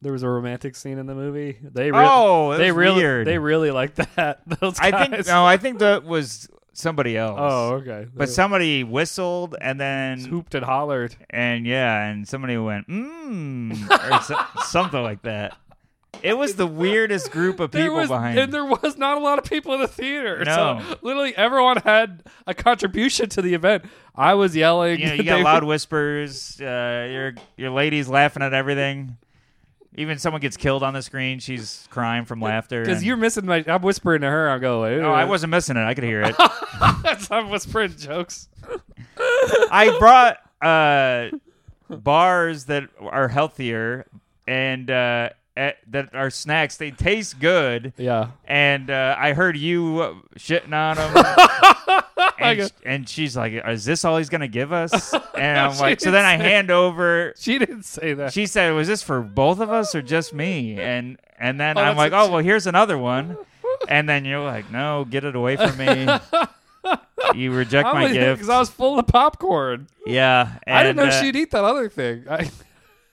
Speaker 1: there was a romantic scene in the movie, they re-
Speaker 2: Oh, that
Speaker 1: they
Speaker 2: was
Speaker 1: really
Speaker 2: weird.
Speaker 1: they really liked that. Those
Speaker 2: I
Speaker 1: guys.
Speaker 2: think no, I think that was somebody else.
Speaker 1: Oh, okay.
Speaker 2: but
Speaker 1: They
Speaker 2: somebody whistled and then
Speaker 1: hooped and hollered.
Speaker 2: and yeah, and somebody went mmm or so, something like that. It was the weirdest group of people
Speaker 1: There was,
Speaker 2: behind.
Speaker 1: and there was not a lot of people in the theater.
Speaker 2: No.
Speaker 1: So literally everyone had a contribution to the event. I was yelling.
Speaker 2: you know, you
Speaker 1: They
Speaker 2: got
Speaker 1: were-
Speaker 2: loud whispers. Uh, your your lady's laughing at everything. Even someone gets killed on the screen, she's crying from laughter.
Speaker 1: because
Speaker 2: and-
Speaker 1: you're missing my. I'm whispering to her. I'm going.
Speaker 2: No, I wasn't missing it. I could hear it.
Speaker 1: I'm whispering jokes.
Speaker 2: I brought uh, bars that are healthier and uh, eh, that are snacks. They taste good.
Speaker 1: Yeah.
Speaker 2: And uh, I heard you uh, shitting on him. and,
Speaker 1: go-
Speaker 2: sh- and she's like, "Is this all he's gonna give us?" And I'm
Speaker 1: She
Speaker 2: like, "So then I
Speaker 1: didn't say-
Speaker 2: hand over
Speaker 1: She didn't say that.
Speaker 2: she said, "Was this for both of us or just me?" And and then
Speaker 1: Oh,
Speaker 2: I'm
Speaker 1: that's
Speaker 2: like,
Speaker 1: what
Speaker 2: "Oh well, here's another one." and then you're like, no, get it away from me. you reject
Speaker 1: I
Speaker 2: my
Speaker 1: was,
Speaker 2: gift.
Speaker 1: because I was full of popcorn.
Speaker 2: yeah,
Speaker 1: I didn't know
Speaker 2: and, uh,
Speaker 1: she'd eat that other thing. I,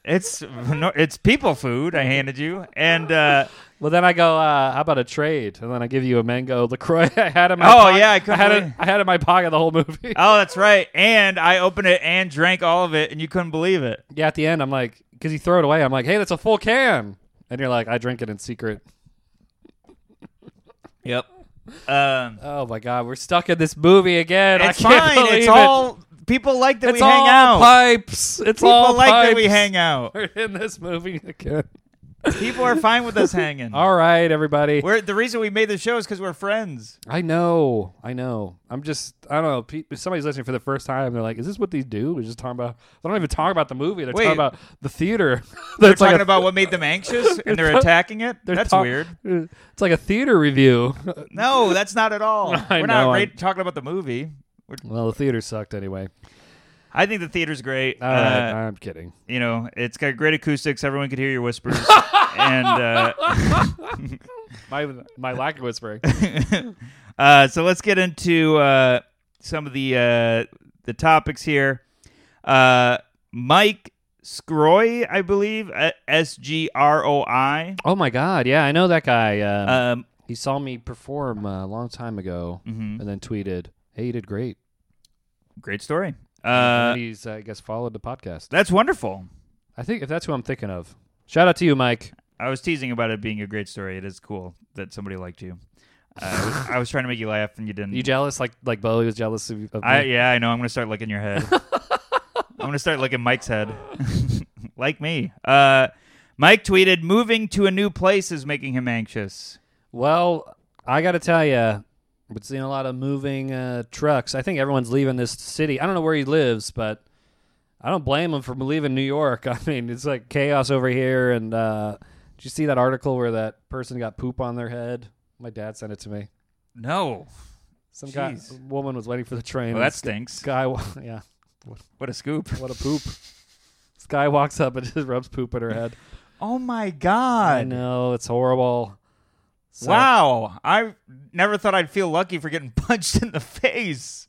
Speaker 2: It's no, it's people food I handed you, and uh,
Speaker 1: well, then I go, uh, how about a trade? And then I give you a mango Lacroix. I had in my
Speaker 2: Oh,
Speaker 1: pocket-
Speaker 2: yeah, I
Speaker 1: I,
Speaker 2: couldn't
Speaker 1: had it.
Speaker 2: believe-
Speaker 1: I had it in my pocket the whole movie.
Speaker 2: oh, that's right. And I opened it and drank all of it, and you couldn't believe it.
Speaker 1: yeah, at the end, I'm like, because you throw it away. I'm like, hey, that's a full can, and you're like, I drink it in secret.
Speaker 2: Yep. Um,
Speaker 1: Oh my god, we're stuck in this movie again.
Speaker 2: it's
Speaker 1: I can't
Speaker 2: fine.
Speaker 1: believe
Speaker 2: It's
Speaker 1: it.
Speaker 2: all people like that
Speaker 1: It's
Speaker 2: we hang
Speaker 1: all
Speaker 2: out.
Speaker 1: pipes. It's
Speaker 2: people
Speaker 1: all
Speaker 2: like
Speaker 1: pipes.
Speaker 2: that we hang out.
Speaker 1: We're in this movie again.
Speaker 2: People are fine with us hanging.
Speaker 1: All right, everybody.
Speaker 2: We're, the reason we made the show is because we're friends.
Speaker 1: I know, I know. I'm just, I don't know. Pe- if somebody's listening for the first time, they're like, "Is this what these do?" We're just talking about. They're not even talking about the movie. They're
Speaker 2: Wait.
Speaker 1: talking about the theater.
Speaker 2: They're
Speaker 1: That's like
Speaker 2: talking
Speaker 1: a-
Speaker 2: about what made them anxious, and they're
Speaker 1: talk-
Speaker 2: attacking it.
Speaker 1: they're
Speaker 2: That's
Speaker 1: talk-
Speaker 2: weird.
Speaker 1: It's like a theater review.
Speaker 2: No, that's not at all.
Speaker 1: I know,
Speaker 2: we're not
Speaker 1: I'm-
Speaker 2: ra- talking about the movie.
Speaker 1: well, the theater sucked anyway.
Speaker 2: I think the theater's great.
Speaker 1: All
Speaker 2: Uh,
Speaker 1: right, I'm kidding.
Speaker 2: you know, it's got great acoustics. Everyone could hear your whispers, and uh,
Speaker 1: My my lack of whispering.
Speaker 2: uh, so let's get into uh, some of the uh, the topics here. Uh, Mike Scroy, I believe, uh, S G R O I.
Speaker 1: oh my god, yeah, I know that guy. Um,
Speaker 2: Um,
Speaker 1: he saw me perform uh, a long time ago,
Speaker 2: mhm.
Speaker 1: and then tweeted, "Hey, you did great."
Speaker 2: Great story.
Speaker 1: And
Speaker 2: Uh,
Speaker 1: then he's, I guess, followed the podcast.
Speaker 2: that's wonderful.
Speaker 1: I think if that's who I'm thinking of. Shout out to you, Mike.
Speaker 2: I was teasing about it being a great story. It is cool that somebody liked you. Uh, I, was, I was trying to make you laugh, and you didn't.
Speaker 1: You jealous? Like like Bowie was jealous of, of me?
Speaker 2: I yeah, I know. I'm gonna start licking your head. I'm gonna start licking Mike's head, like me. Uh, Mike tweeted, "Moving to a new place is making him anxious."
Speaker 1: Well, I got to tell you, been seeing a lot of moving uh, trucks. I think everyone's leaving this city. I don't know where he lives, but I don't blame him for leaving New York. I mean, it's like chaos over here. And uh, did you see that article where that person got poop on their head? My dad sent it to me.
Speaker 2: No,
Speaker 1: Some guy,
Speaker 2: Jeez.
Speaker 1: woman was waiting for the train.
Speaker 2: well,
Speaker 1: and
Speaker 2: that
Speaker 1: this
Speaker 2: stinks.
Speaker 1: guy, yeah,
Speaker 2: What a scoop!
Speaker 1: what a poop. this guy walks up and just rubs poop in her head.
Speaker 2: Oh my
Speaker 1: I
Speaker 2: god!
Speaker 1: know it's horrible. So-
Speaker 2: Wow, I never thought I'd feel lucky for getting punched in the face.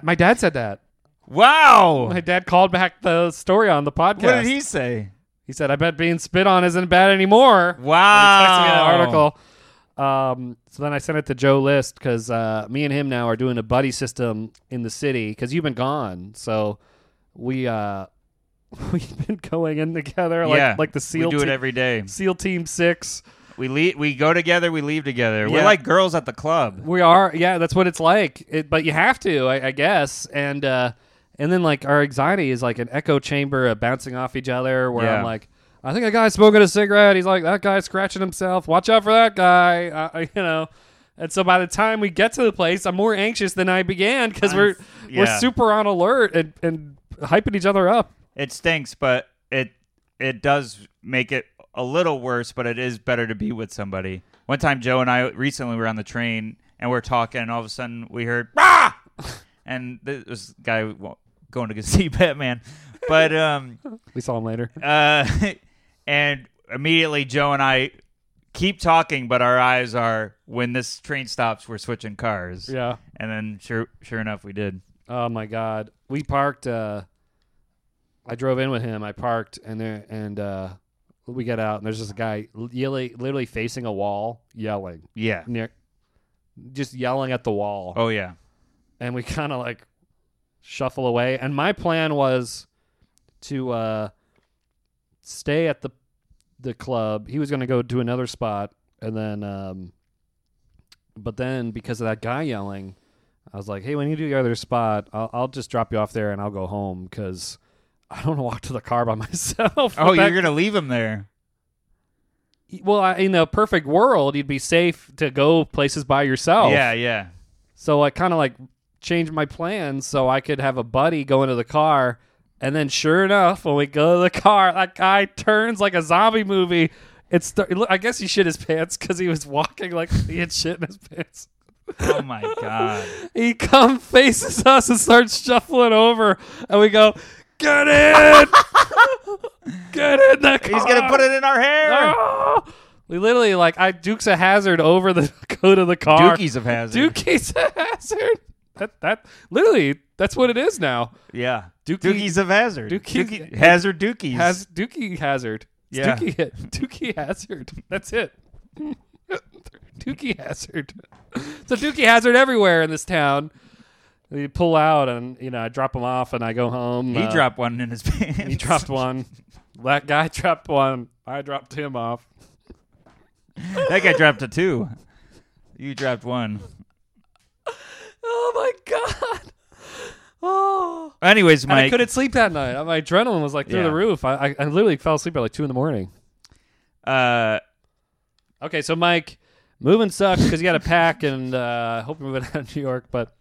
Speaker 1: my dad said that.
Speaker 2: Wow,
Speaker 1: My dad called back the story on the podcast.
Speaker 2: what did he say?
Speaker 1: He said, "I bet being spit on isn't bad anymore."
Speaker 2: Wow,
Speaker 1: He texted me that article. Um, so then I sent it to Joe List because uh, me and him now are doing a buddy system in the city because you've been gone, so we uh, we've been going in together like
Speaker 2: yeah,
Speaker 1: like the SEAL
Speaker 2: We do it
Speaker 1: team-
Speaker 2: every day.
Speaker 1: SEAL Team Six.
Speaker 2: We leave, we go together. We leave together.
Speaker 1: Yeah.
Speaker 2: We're like girls at the club.
Speaker 1: We are, yeah, that's what it's like. It, but you have to, I, I guess. And uh, and then like our anxiety is like an echo chamber of bouncing off each other. Where
Speaker 2: Yeah.
Speaker 1: I'm like, I think a guy's smoking a cigarette. He's like, that guy's scratching himself. Watch out for that guy. Uh, you know. And so by the time we get to the place, I'm more anxious than I began because we're we're
Speaker 2: yeah.
Speaker 1: super on alert and and hyping each other up.
Speaker 2: It stinks, but it it does make it a little worse, but it is better to be with somebody. One time Joe and I recently were on the train and we're talking and all of a sudden we heard "Rah!" and this was a guy wa- going to go see Batman. But um
Speaker 1: We saw him later.
Speaker 2: uh and immediately Joe and I keep talking but our eyes are when this train stops we're switching cars.
Speaker 1: Yeah.
Speaker 2: And then sure sure enough we did.
Speaker 1: Oh my god. We parked uh I drove in with him. I parked and there and uh we get out and there's this guy literally, literally facing a wall yelling.
Speaker 2: Yeah.
Speaker 1: Near just yelling at the wall.
Speaker 2: Oh yeah.
Speaker 1: And we kind of like shuffle away and my plan was to uh stay at the the club. He was going to go to another spot and then um but then because of that guy yelling, I was like, "Hey, when you do your other spot, I'll, I'll just drop you off there and I'll go home because I don't want to walk to the car by myself." That-
Speaker 2: Oh, you're going to leave him there.
Speaker 1: well, I, in a perfect world, you'd be safe to go places by yourself.
Speaker 2: Yeah, yeah.
Speaker 1: So I kind of like changed my plans so I could have a buddy go into the car. And then, sure enough, when we go to the car, that guy turns like a zombie movie. It's I guess he shit his pants because he was walking like he had shit in his pants.
Speaker 2: Oh my god.
Speaker 1: He come faces us and starts shuffling over, and we go, "Get in, get in the car."
Speaker 2: He's gonna put it in our hair.
Speaker 1: Oh! We literally like I Dukes a hazard over the coat of the car.
Speaker 2: Dookies of Hazard.
Speaker 1: Dookies a hazard. That that literally that's what it is now.
Speaker 2: Yeah.
Speaker 1: Dookie-
Speaker 2: Dookies of Hazard.
Speaker 1: Dookies-
Speaker 2: Dookie- hazard Dookies.
Speaker 1: Has Dookie hazard. It's
Speaker 2: Yeah.
Speaker 1: Dookie, Dookie hazard. That's it. Dookie hazard. So Dookie hazard everywhere in this town. You pull out and you know I drop him off and I go home.
Speaker 2: he
Speaker 1: Uh,
Speaker 2: dropped one in his pants.
Speaker 1: He dropped one. That guy dropped one. I dropped him off.
Speaker 2: that guy dropped a two. You dropped one.
Speaker 1: Oh my god. Oh.
Speaker 2: Anyways,
Speaker 1: And I
Speaker 2: Mike.
Speaker 1: couldn't sleep that night. My adrenaline was like through
Speaker 2: Yeah.
Speaker 1: the roof. I, I, I literally fell asleep at like two in the morning.
Speaker 2: Uh,
Speaker 1: Okay, so Mike, moving sucks because you got to pack and uh, hope you're moving out of New York. But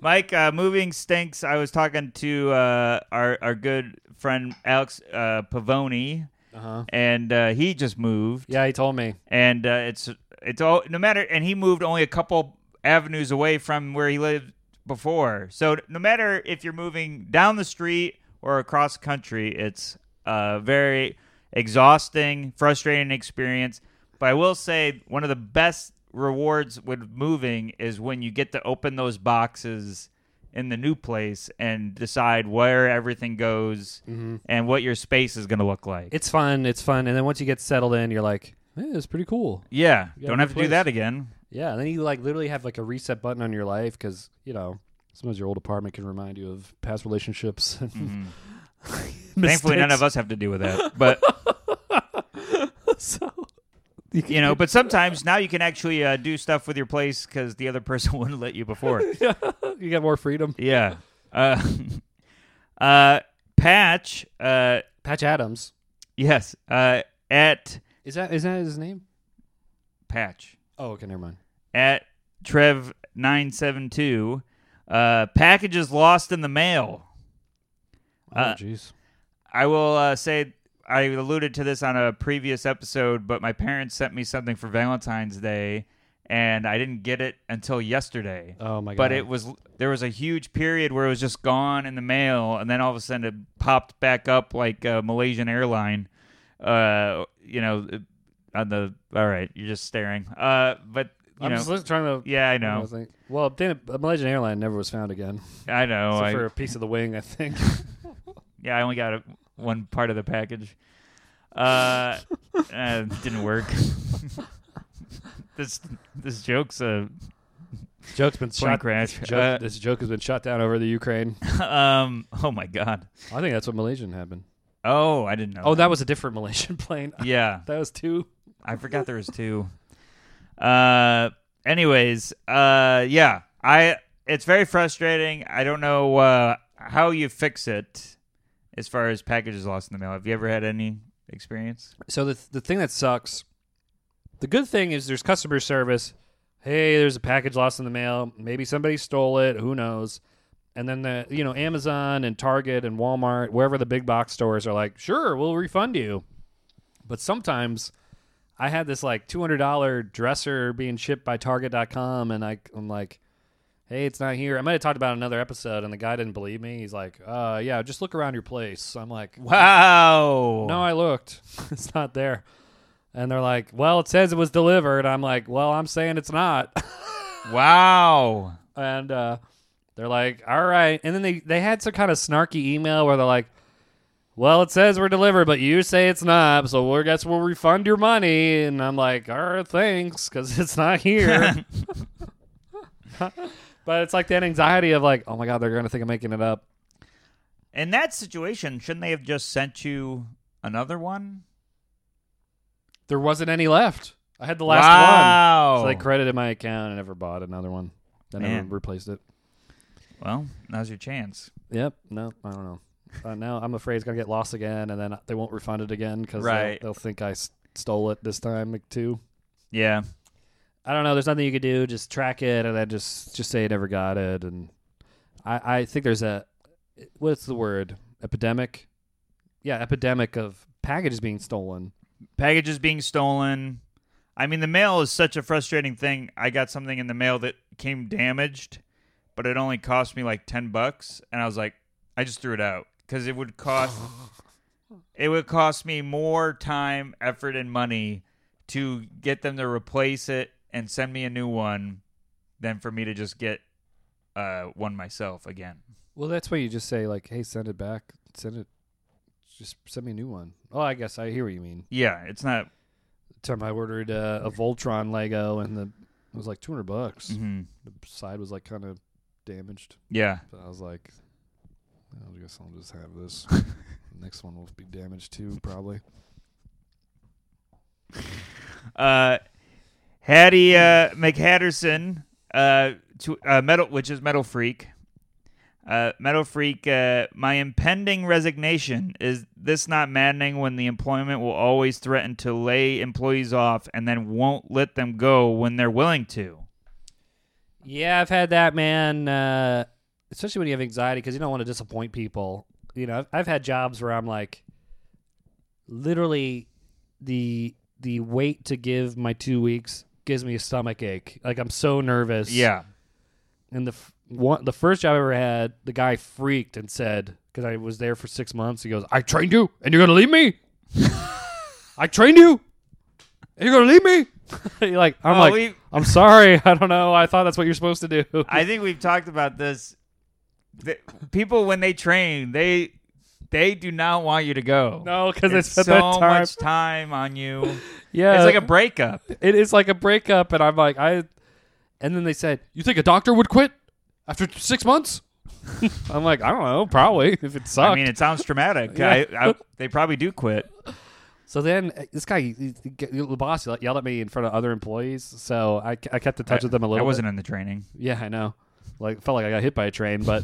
Speaker 2: Mike, uh, moving stinks. I was talking to uh, our our good friend Alex uh, Pavoni,
Speaker 1: uh-huh.
Speaker 2: and uh, he just moved.
Speaker 1: yeah, he told me.
Speaker 2: and uh, it's it's all no matter. And he moved only a couple avenues away from where he lived before. So no matter if you're moving down the street or across country, it's a very exhausting, frustrating experience. But I will say one of the best rewards with moving is when you get to open those boxes in the new place and decide where everything goes and what your space is going to look like.
Speaker 1: It's fun. It's fun. And then once you get settled in, you're like, eh, it's pretty cool.
Speaker 2: yeah,
Speaker 1: Yeah,
Speaker 2: don't
Speaker 1: new
Speaker 2: have to do
Speaker 1: place.
Speaker 2: that again.
Speaker 1: Yeah. And then you like literally have like a reset button on your life because, you know, sometimes your old apartment can remind you of past relationships. And
Speaker 2: Mm-hmm. Thankfully, none of us have to deal with that. But
Speaker 1: So,
Speaker 2: you know, but sometimes now you can actually uh, do stuff with your place because the other person wouldn't let you before.
Speaker 1: you got more freedom.
Speaker 2: yeah. Uh, uh, Patch. Uh,
Speaker 1: Patch Adams.
Speaker 2: yes. Uh, at
Speaker 1: Is that is that his name?
Speaker 2: Patch
Speaker 1: Oh, okay, never mind.
Speaker 2: at Trev nine seven two. Uh, packages lost in the mail.
Speaker 1: Oh,
Speaker 2: Uh,
Speaker 1: jeez.
Speaker 2: I will uh, say I alluded to this on a previous episode, but my parents sent me something for Valentine's Day, and I didn't get it until yesterday.
Speaker 1: Oh my god.
Speaker 2: but it was there was a huge period where it was just gone in the mail, and then all of a sudden it popped back up like uh, Malaysian airline. Uh, you know, on the all right, you're just staring. Uh, but you
Speaker 1: I'm
Speaker 2: know,
Speaker 1: just li- trying to.
Speaker 2: yeah, I
Speaker 1: I
Speaker 2: know,
Speaker 1: was like- well, then a Malaysian airline never was found again,
Speaker 2: I know.
Speaker 1: except
Speaker 2: Oh, I,
Speaker 1: for a piece of the wing, I think.
Speaker 2: Yeah, I only got a, one part of the package. Uh, uh didn't work. this this joke's a
Speaker 1: Joke's been
Speaker 2: plane
Speaker 1: shot.
Speaker 2: crash.
Speaker 1: Joke, this joke has been shot down over the Ukraine.
Speaker 2: Uh, um, oh my god.
Speaker 1: I think that's what Malaysian happened.
Speaker 2: Oh, I didn't know.
Speaker 1: Oh, that was a different Malaysian plane.
Speaker 2: yeah,
Speaker 1: that was two.
Speaker 2: I forgot there was two. Uh, anyways, uh, yeah, I it's very frustrating. I don't know uh, how you fix it as far as packages lost in the mail. Have you ever had any experience?
Speaker 1: So the the thing that sucks. The good thing is there's customer service. Hey, there's a package lost in the mail. Maybe somebody stole it. Who knows? And then the you know Amazon and Target and Walmart, wherever the big box stores are, like, sure, we'll refund you. But sometimes I had this like two hundred dollar dresser being shipped by Target.com, and I, I'm like, hey, it's not here. I might have talked about it in another episode, and the guy didn't believe me. He's like, uh, yeah, just look around your place. I'm like,
Speaker 2: Wow.
Speaker 1: no, I looked. it's not there. And they're like, well, it says it was delivered. I'm like, well, I'm saying it's not.
Speaker 2: Wow.
Speaker 1: and uh, they're like, all right. And then they, they had some kind of snarky email where they're like, well, it says we're delivered, but you say it's not. So we're, guess we'll refund your money. And I'm like, all right, thanks, because it's not here. but it's like that anxiety of like, oh my God, they're going to think I'm making it up.
Speaker 2: In that situation, shouldn't they have just sent you another one?
Speaker 1: There wasn't any left. I had the last one.
Speaker 2: wow.
Speaker 1: So they credited my account and never bought another one. Then I
Speaker 2: Oh. Man.
Speaker 1: replaced it.
Speaker 2: well, now's your chance.
Speaker 1: Yep. No, I don't know. Uh, now I'm afraid it's gonna get lost again, and then they won't refund it again because
Speaker 2: Right.
Speaker 1: they'll, think I s- stole it this time like, too.
Speaker 2: Yeah.
Speaker 1: I don't know. There's nothing you could do. Just track it, and then just just say you never got it. And I I think there's a what's the word epidemic? Yeah, epidemic of packages being stolen.
Speaker 2: Packages being stolen. I mean, the mail is such a frustrating thing. I got something in the mail that came damaged, but it only cost me like 10 bucks. And I was like, I just threw it out because it would cost. It would cost me more time, effort, and money to get them to replace it and send me a new one than for me to just get uh, one myself again.
Speaker 1: Well, that's why you just say like, "Hey, send it back. Send it. Just send me a new one." Oh, I guess I hear what you mean.
Speaker 2: Yeah, it's not.
Speaker 1: The time I ordered uh, a Voltron Lego, and the it was like two hundred bucks.
Speaker 2: mhm.
Speaker 1: The side was like kind of damaged.
Speaker 2: Yeah,
Speaker 1: So I was like, I guess I'll just have this. Next one will be damaged too, probably.
Speaker 2: uh, Hattie uh, McHatterson, uh, to, uh, metal, which is Metal Freak. Uh, Metal Freak, uh, my impending resignation is this not maddening when the employment will always threaten to lay employees off and then won't let them go when they're willing to.
Speaker 1: Yeah, I've had that, man. Uh, especially when you have anxiety because you don't want to disappoint people. You know, I've, I've had jobs where I'm like, literally, the the wait to give my two weeks gives me a stomach ache. Like I'm so nervous.
Speaker 2: Yeah,
Speaker 1: And the f- one, the first job I ever had, the guy freaked and said, because I was there for six months. He goes, "I trained you, and you're gonna leave me. I trained you, and you're gonna leave me." You're like, I'm
Speaker 2: Oh,
Speaker 1: like,
Speaker 2: we-
Speaker 1: I'm sorry. I don't know. I thought that's what you're supposed to do.
Speaker 2: I think we've talked about this. The- people when they train, they they do not want you to go.
Speaker 1: No, because
Speaker 2: it's
Speaker 1: it's at
Speaker 2: so
Speaker 1: that time.
Speaker 2: much time on you.
Speaker 1: yeah,
Speaker 2: It's like a breakup.
Speaker 1: it is like a breakup, and I'm like I. And then they said, "You think a doctor would quit after six months?" I'm like, I don't know, probably if it sucked.
Speaker 2: I mean, it sounds traumatic.
Speaker 1: Yeah.
Speaker 2: I, I, they probably do quit.
Speaker 1: so then uh, this guy, he- he- he- the boss, he yelled at me in front of other employees. So I, I kept in touch with them a
Speaker 2: I
Speaker 1: little.
Speaker 2: wasn't in the training.
Speaker 1: Bit. Yeah, I know. Like felt like I got hit by a train, but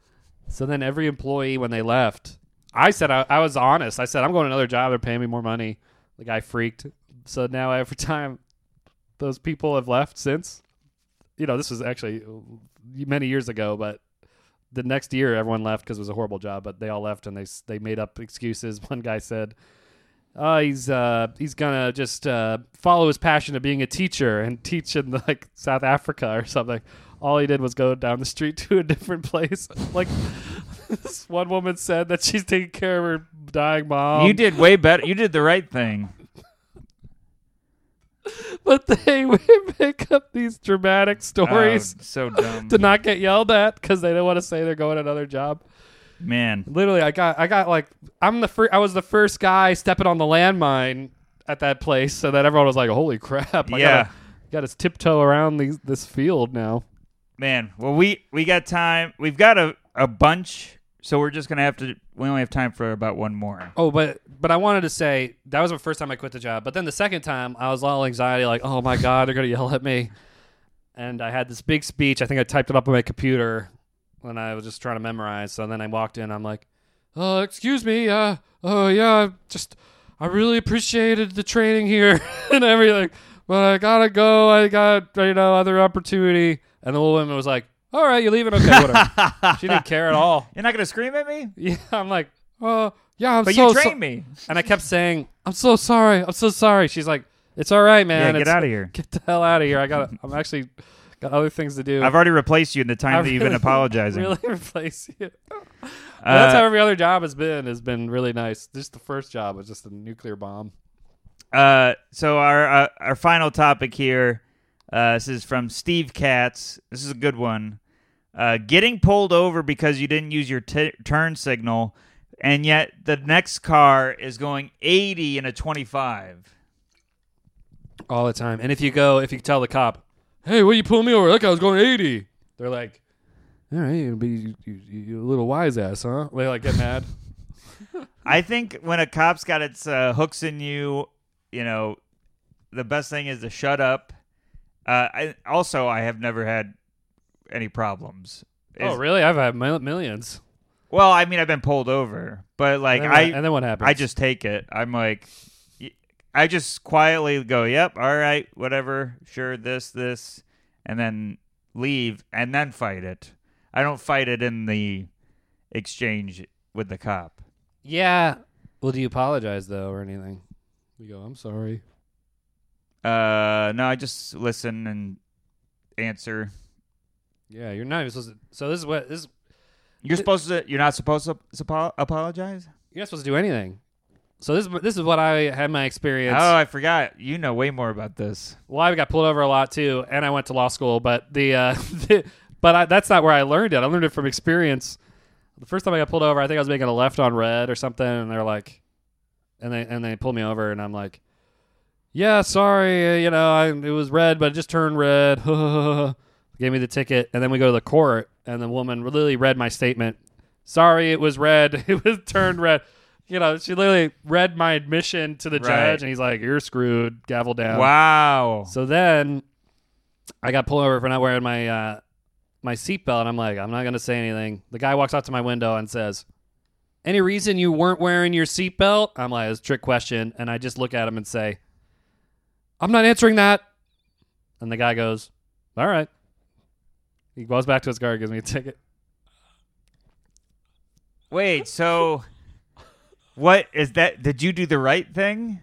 Speaker 1: so then every employee when they left, I said I, I was honest. I said I'm going to another job. They're paying me more money. The guy freaked. So now every time those people have left since, you know, this was actually many years ago, but the next year everyone left because it was a horrible job. But they all left and they s- they made up excuses. One guy said. Uh, he's uh, he's gonna just uh, follow his passion of being a teacher and teach in like South Africa or something. All he did was go down the street to a different place. Like this one woman said that she's taking care of her dying mom.
Speaker 2: you did way better. You did the right thing.
Speaker 1: but they would make up these dramatic stories
Speaker 2: Oh, so dumb,
Speaker 1: to not get yelled at because they don't want to say they're going another job.
Speaker 2: man.
Speaker 1: Literally, I got I got like I'm the first. I was the first guy stepping on the landmine at that place, so that everyone was like, "Holy crap!" I
Speaker 2: Yeah.
Speaker 1: gotta, got his tiptoe around these, this field now.
Speaker 2: Man, well, we we got time. We've got a a bunch, so we're just gonna have to. We only have time for about one more.
Speaker 1: Oh, but but I wanted to say that was the first time I quit the job. But then the second time, I was all anxiety, like, oh my god, they're gonna yell at me. And I had this big speech. I think I typed it up on my computer when I was just trying to memorize. So then I walked in. I'm like, oh, excuse me. Uh, oh yeah, just I really appreciated the training here and everything, but I gotta go. I got you know other opportunity. And the woman was like, all right, you leaving? Okay, whatever. she didn't care at all.
Speaker 2: You're not gonna scream at me,
Speaker 1: Yeah, I'm like, oh yeah, I'm
Speaker 2: but
Speaker 1: so
Speaker 2: you
Speaker 1: so-
Speaker 2: trained me.
Speaker 1: and I kept saying, "I'm so sorry. I'm so sorry." She's like, "It's all right, man.
Speaker 2: yeah, get
Speaker 1: It's-
Speaker 2: out of here.
Speaker 1: Get the hell out of here. I got. I'm actually got other things to do.
Speaker 2: I've already replaced you in the time
Speaker 1: I
Speaker 2: that you've been
Speaker 1: really-
Speaker 2: apologizing.
Speaker 1: really replace you. But
Speaker 2: Uh,
Speaker 1: that's how every other job has been. Has been really nice. Just the first job was just a nuclear bomb.
Speaker 2: Uh, so our uh, our final topic here. Uh, this is from Steve Katz. This is a good one. Uh, getting pulled over because you didn't use your t- turn signal, and yet the next car is going 80 in a 25.
Speaker 1: all the time. And if you go, if you tell the cop, "Hey, what you pull me over?" That guy was going eighty. They're like, "All right, you're gonna be you, you, you little wise ass, huh?" They like get mad.
Speaker 2: I think when a cop's got its uh, hooks in you, you know, the best thing is to shut up. Uh, I, also, I have never had any problems.
Speaker 1: oh,
Speaker 2: Is-
Speaker 1: really? I've had mil- millions.
Speaker 2: Well, I mean, I've been pulled over, but like
Speaker 1: and then
Speaker 2: I,
Speaker 1: what, and then what happens?
Speaker 2: I just take it. I'm like, y- I just quietly go, yep, all right, whatever, sure, this, this, and then leave and then fight it. I don't fight it in the exchange with the cop.
Speaker 1: yeah. Well, do you apologize though or anything? You go, "I'm sorry."
Speaker 2: Uh, no, I just listen and answer.
Speaker 1: Yeah, you're not even supposed to. So this is what this.
Speaker 2: You're supposed to. You're not supposed to s- apo- apologize.
Speaker 1: You're not supposed to do anything. So this is- this is what I had my experience.
Speaker 2: Oh, I forgot. You know way more about this.
Speaker 1: Well, I got pulled over a lot too, and I went to law school. But the, uh, but I, that's not where I learned it. I learned it from experience. The first time I got pulled over, I think I was making a left on red or something, and they're like, and they and they pulled me over, and I'm like, yeah, sorry, uh, you know, I, it was red, but it just turned red. Gave me the ticket, and then we go to the court, and the woman literally read my statement. Sorry, it was red. It was turned red. You know, she literally read my admission to the
Speaker 2: Right.
Speaker 1: judge, and he's like, "You're screwed. Gavel down."
Speaker 2: wow.
Speaker 1: So then I got pulled over for not wearing my uh, my seatbelt, and I'm like, I'm not gonna say anything. The guy walks out to my window and says, "Any reason you weren't wearing your seatbelt?" I'm like, "It's a trick question," and I just look at him and say, "I'm not answering that." And the guy goes, "All right." He goes back to his car, gives me a ticket.
Speaker 2: Wait, so what is that? Did you do the right thing?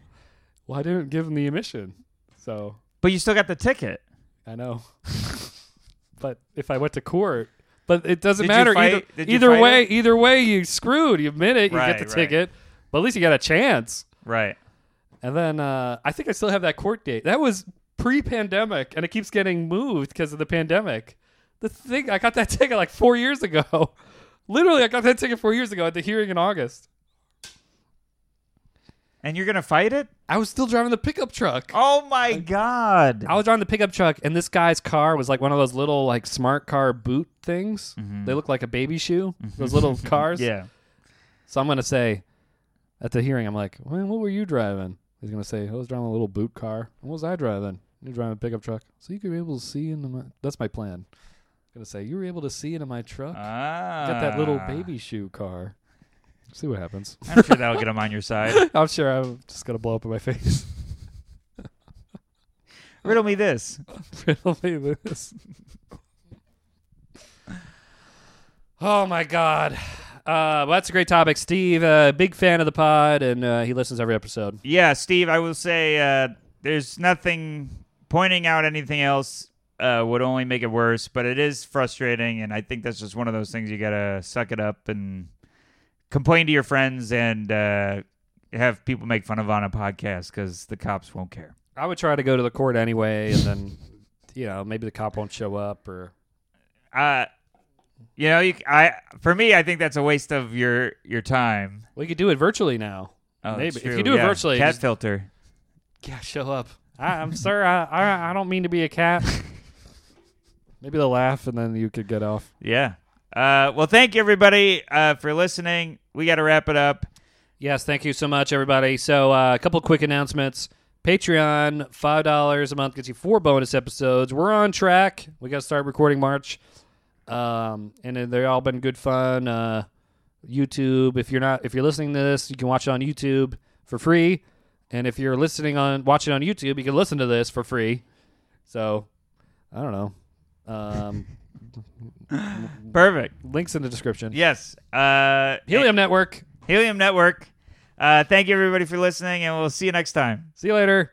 Speaker 1: Well, I didn't give him the emission, so
Speaker 2: But you still got the ticket.
Speaker 1: I know. but if I went to court, but it doesn't
Speaker 2: Did you
Speaker 1: matter
Speaker 2: fight-
Speaker 1: either.
Speaker 2: did you
Speaker 1: either
Speaker 2: fight
Speaker 1: way,
Speaker 2: it?
Speaker 1: either way, you screwed. You admit it. You
Speaker 2: Right,
Speaker 1: get the
Speaker 2: right.
Speaker 1: ticket. But at least you got a chance.
Speaker 2: Right.
Speaker 1: And then uh, I think I still have that court date. That was pre-pandemic, and it keeps getting moved because of the pandemic. The thing I got that ticket like four years ago. Literally, I got that ticket four years ago at the hearing in August.
Speaker 2: And you're gonna fight it?
Speaker 1: I was still driving the pickup truck.
Speaker 2: Oh my god.
Speaker 1: I was driving the pickup truck, and this guy's car was like one of those little like smart car boot things. They look like a baby shoe. Those little cars.
Speaker 2: yeah.
Speaker 1: So I'm gonna say, at the hearing, I'm like, well, what were you driving? He's gonna say, I was driving a little boot car. What was I driving? You're driving a pickup truck, so you could be able to see into my. That's my plan. I'm gonna say you were able to see into my truck.
Speaker 2: Ah.
Speaker 1: Got that little baby shoe car. See what happens.
Speaker 2: I'm sure that'll get him on your side.
Speaker 1: I'm sure I'm just gonna blow up in my face.
Speaker 2: Riddle me this.
Speaker 1: Riddle me this. oh my god. Uh, well, that's a great topic, Steve. Uh, big fan of the pod, and uh, he listens every episode.
Speaker 2: Yeah, Steve, I will say uh, there's nothing pointing out anything else uh, would only make it worse, but it is frustrating, and I think that's just one of those things you gotta suck it up and complain to your friends and uh, have people make fun of on a podcast because the cops won't care.
Speaker 1: I would try to go to the court anyway, and then you know maybe the cop won't show up or
Speaker 2: Uh, you know, you, I for me, I think that's a waste of your your time.
Speaker 1: we could do it virtually now.
Speaker 2: Oh, that's
Speaker 1: maybe if
Speaker 2: true.
Speaker 1: you do it
Speaker 2: Yeah.
Speaker 1: virtually,
Speaker 2: cat
Speaker 1: just-
Speaker 2: filter.
Speaker 1: yeah, show up. I, I'm sir. I, I I don't mean to be a cat. maybe they'll laugh, and then you could get off.
Speaker 2: Yeah. Uh, well, thank you everybody uh, for listening. We got to wrap it up.
Speaker 1: Yes, thank you so much, everybody. So, uh, a couple quick announcements. Patreon, five dollars a month gets you four bonus episodes. We're on track. We got to start recording March, um, and then they've all been good fun. Uh, YouTube. If you're not, if you're listening to this, you can watch it on YouTube for free. And if you're listening on watching on YouTube, you can listen to this for free. So, I don't know. Um,
Speaker 2: Perfect.
Speaker 1: links in the description.
Speaker 2: Yes. Uh,
Speaker 1: Helium Network.
Speaker 2: Helium Network. Uh, thank you everybody for listening, and we'll see you next time.
Speaker 1: See you later.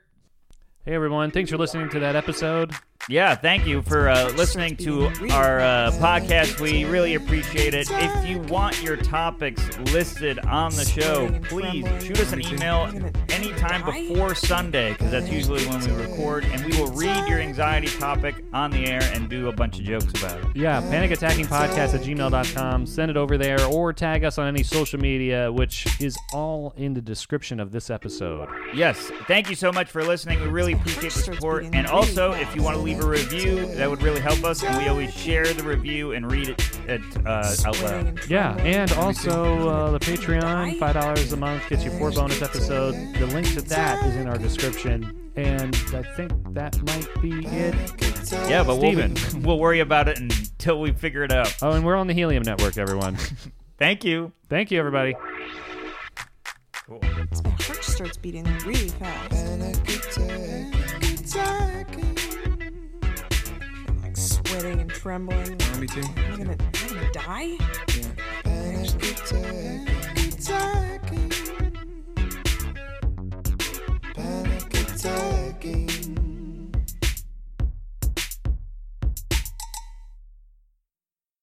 Speaker 1: Hey everyone, thanks for listening to that episode.
Speaker 2: Yeah, thank you for uh, listening to our uh, podcast. We really appreciate it. If you want your topics listed on the show, please shoot us an email anytime before Sunday, because that's usually when we record, and we will read your anxiety topic on the air and do a bunch of jokes about it.
Speaker 1: Yeah, panicattackingpodcast at gmail.com. Send it over there or tag us on any social media, which is all in the description of this episode.
Speaker 2: Yes, thank you so much for listening. We really appreciate the support. And also, if you want to leave a review, that would really help us. And we always share the review and read it, it uh, out loud.
Speaker 1: Yeah, and also uh, the Patreon, $5 a month gets you four bonus episodes. The link to that is in our description. And I think that might be it.
Speaker 2: Yeah, but we'll,
Speaker 1: Steven.
Speaker 2: we'll worry about it until we figure it out.
Speaker 1: Oh, and we're on the Helium Network, everyone.
Speaker 2: Thank you.
Speaker 1: Thank you, everybody.
Speaker 3: My heart starts beating really fast. I'm like sweating and trembling.
Speaker 5: Me too.
Speaker 3: I'm gonna, I'm gonna die.
Speaker 5: Yeah.
Speaker 4: Panic attack.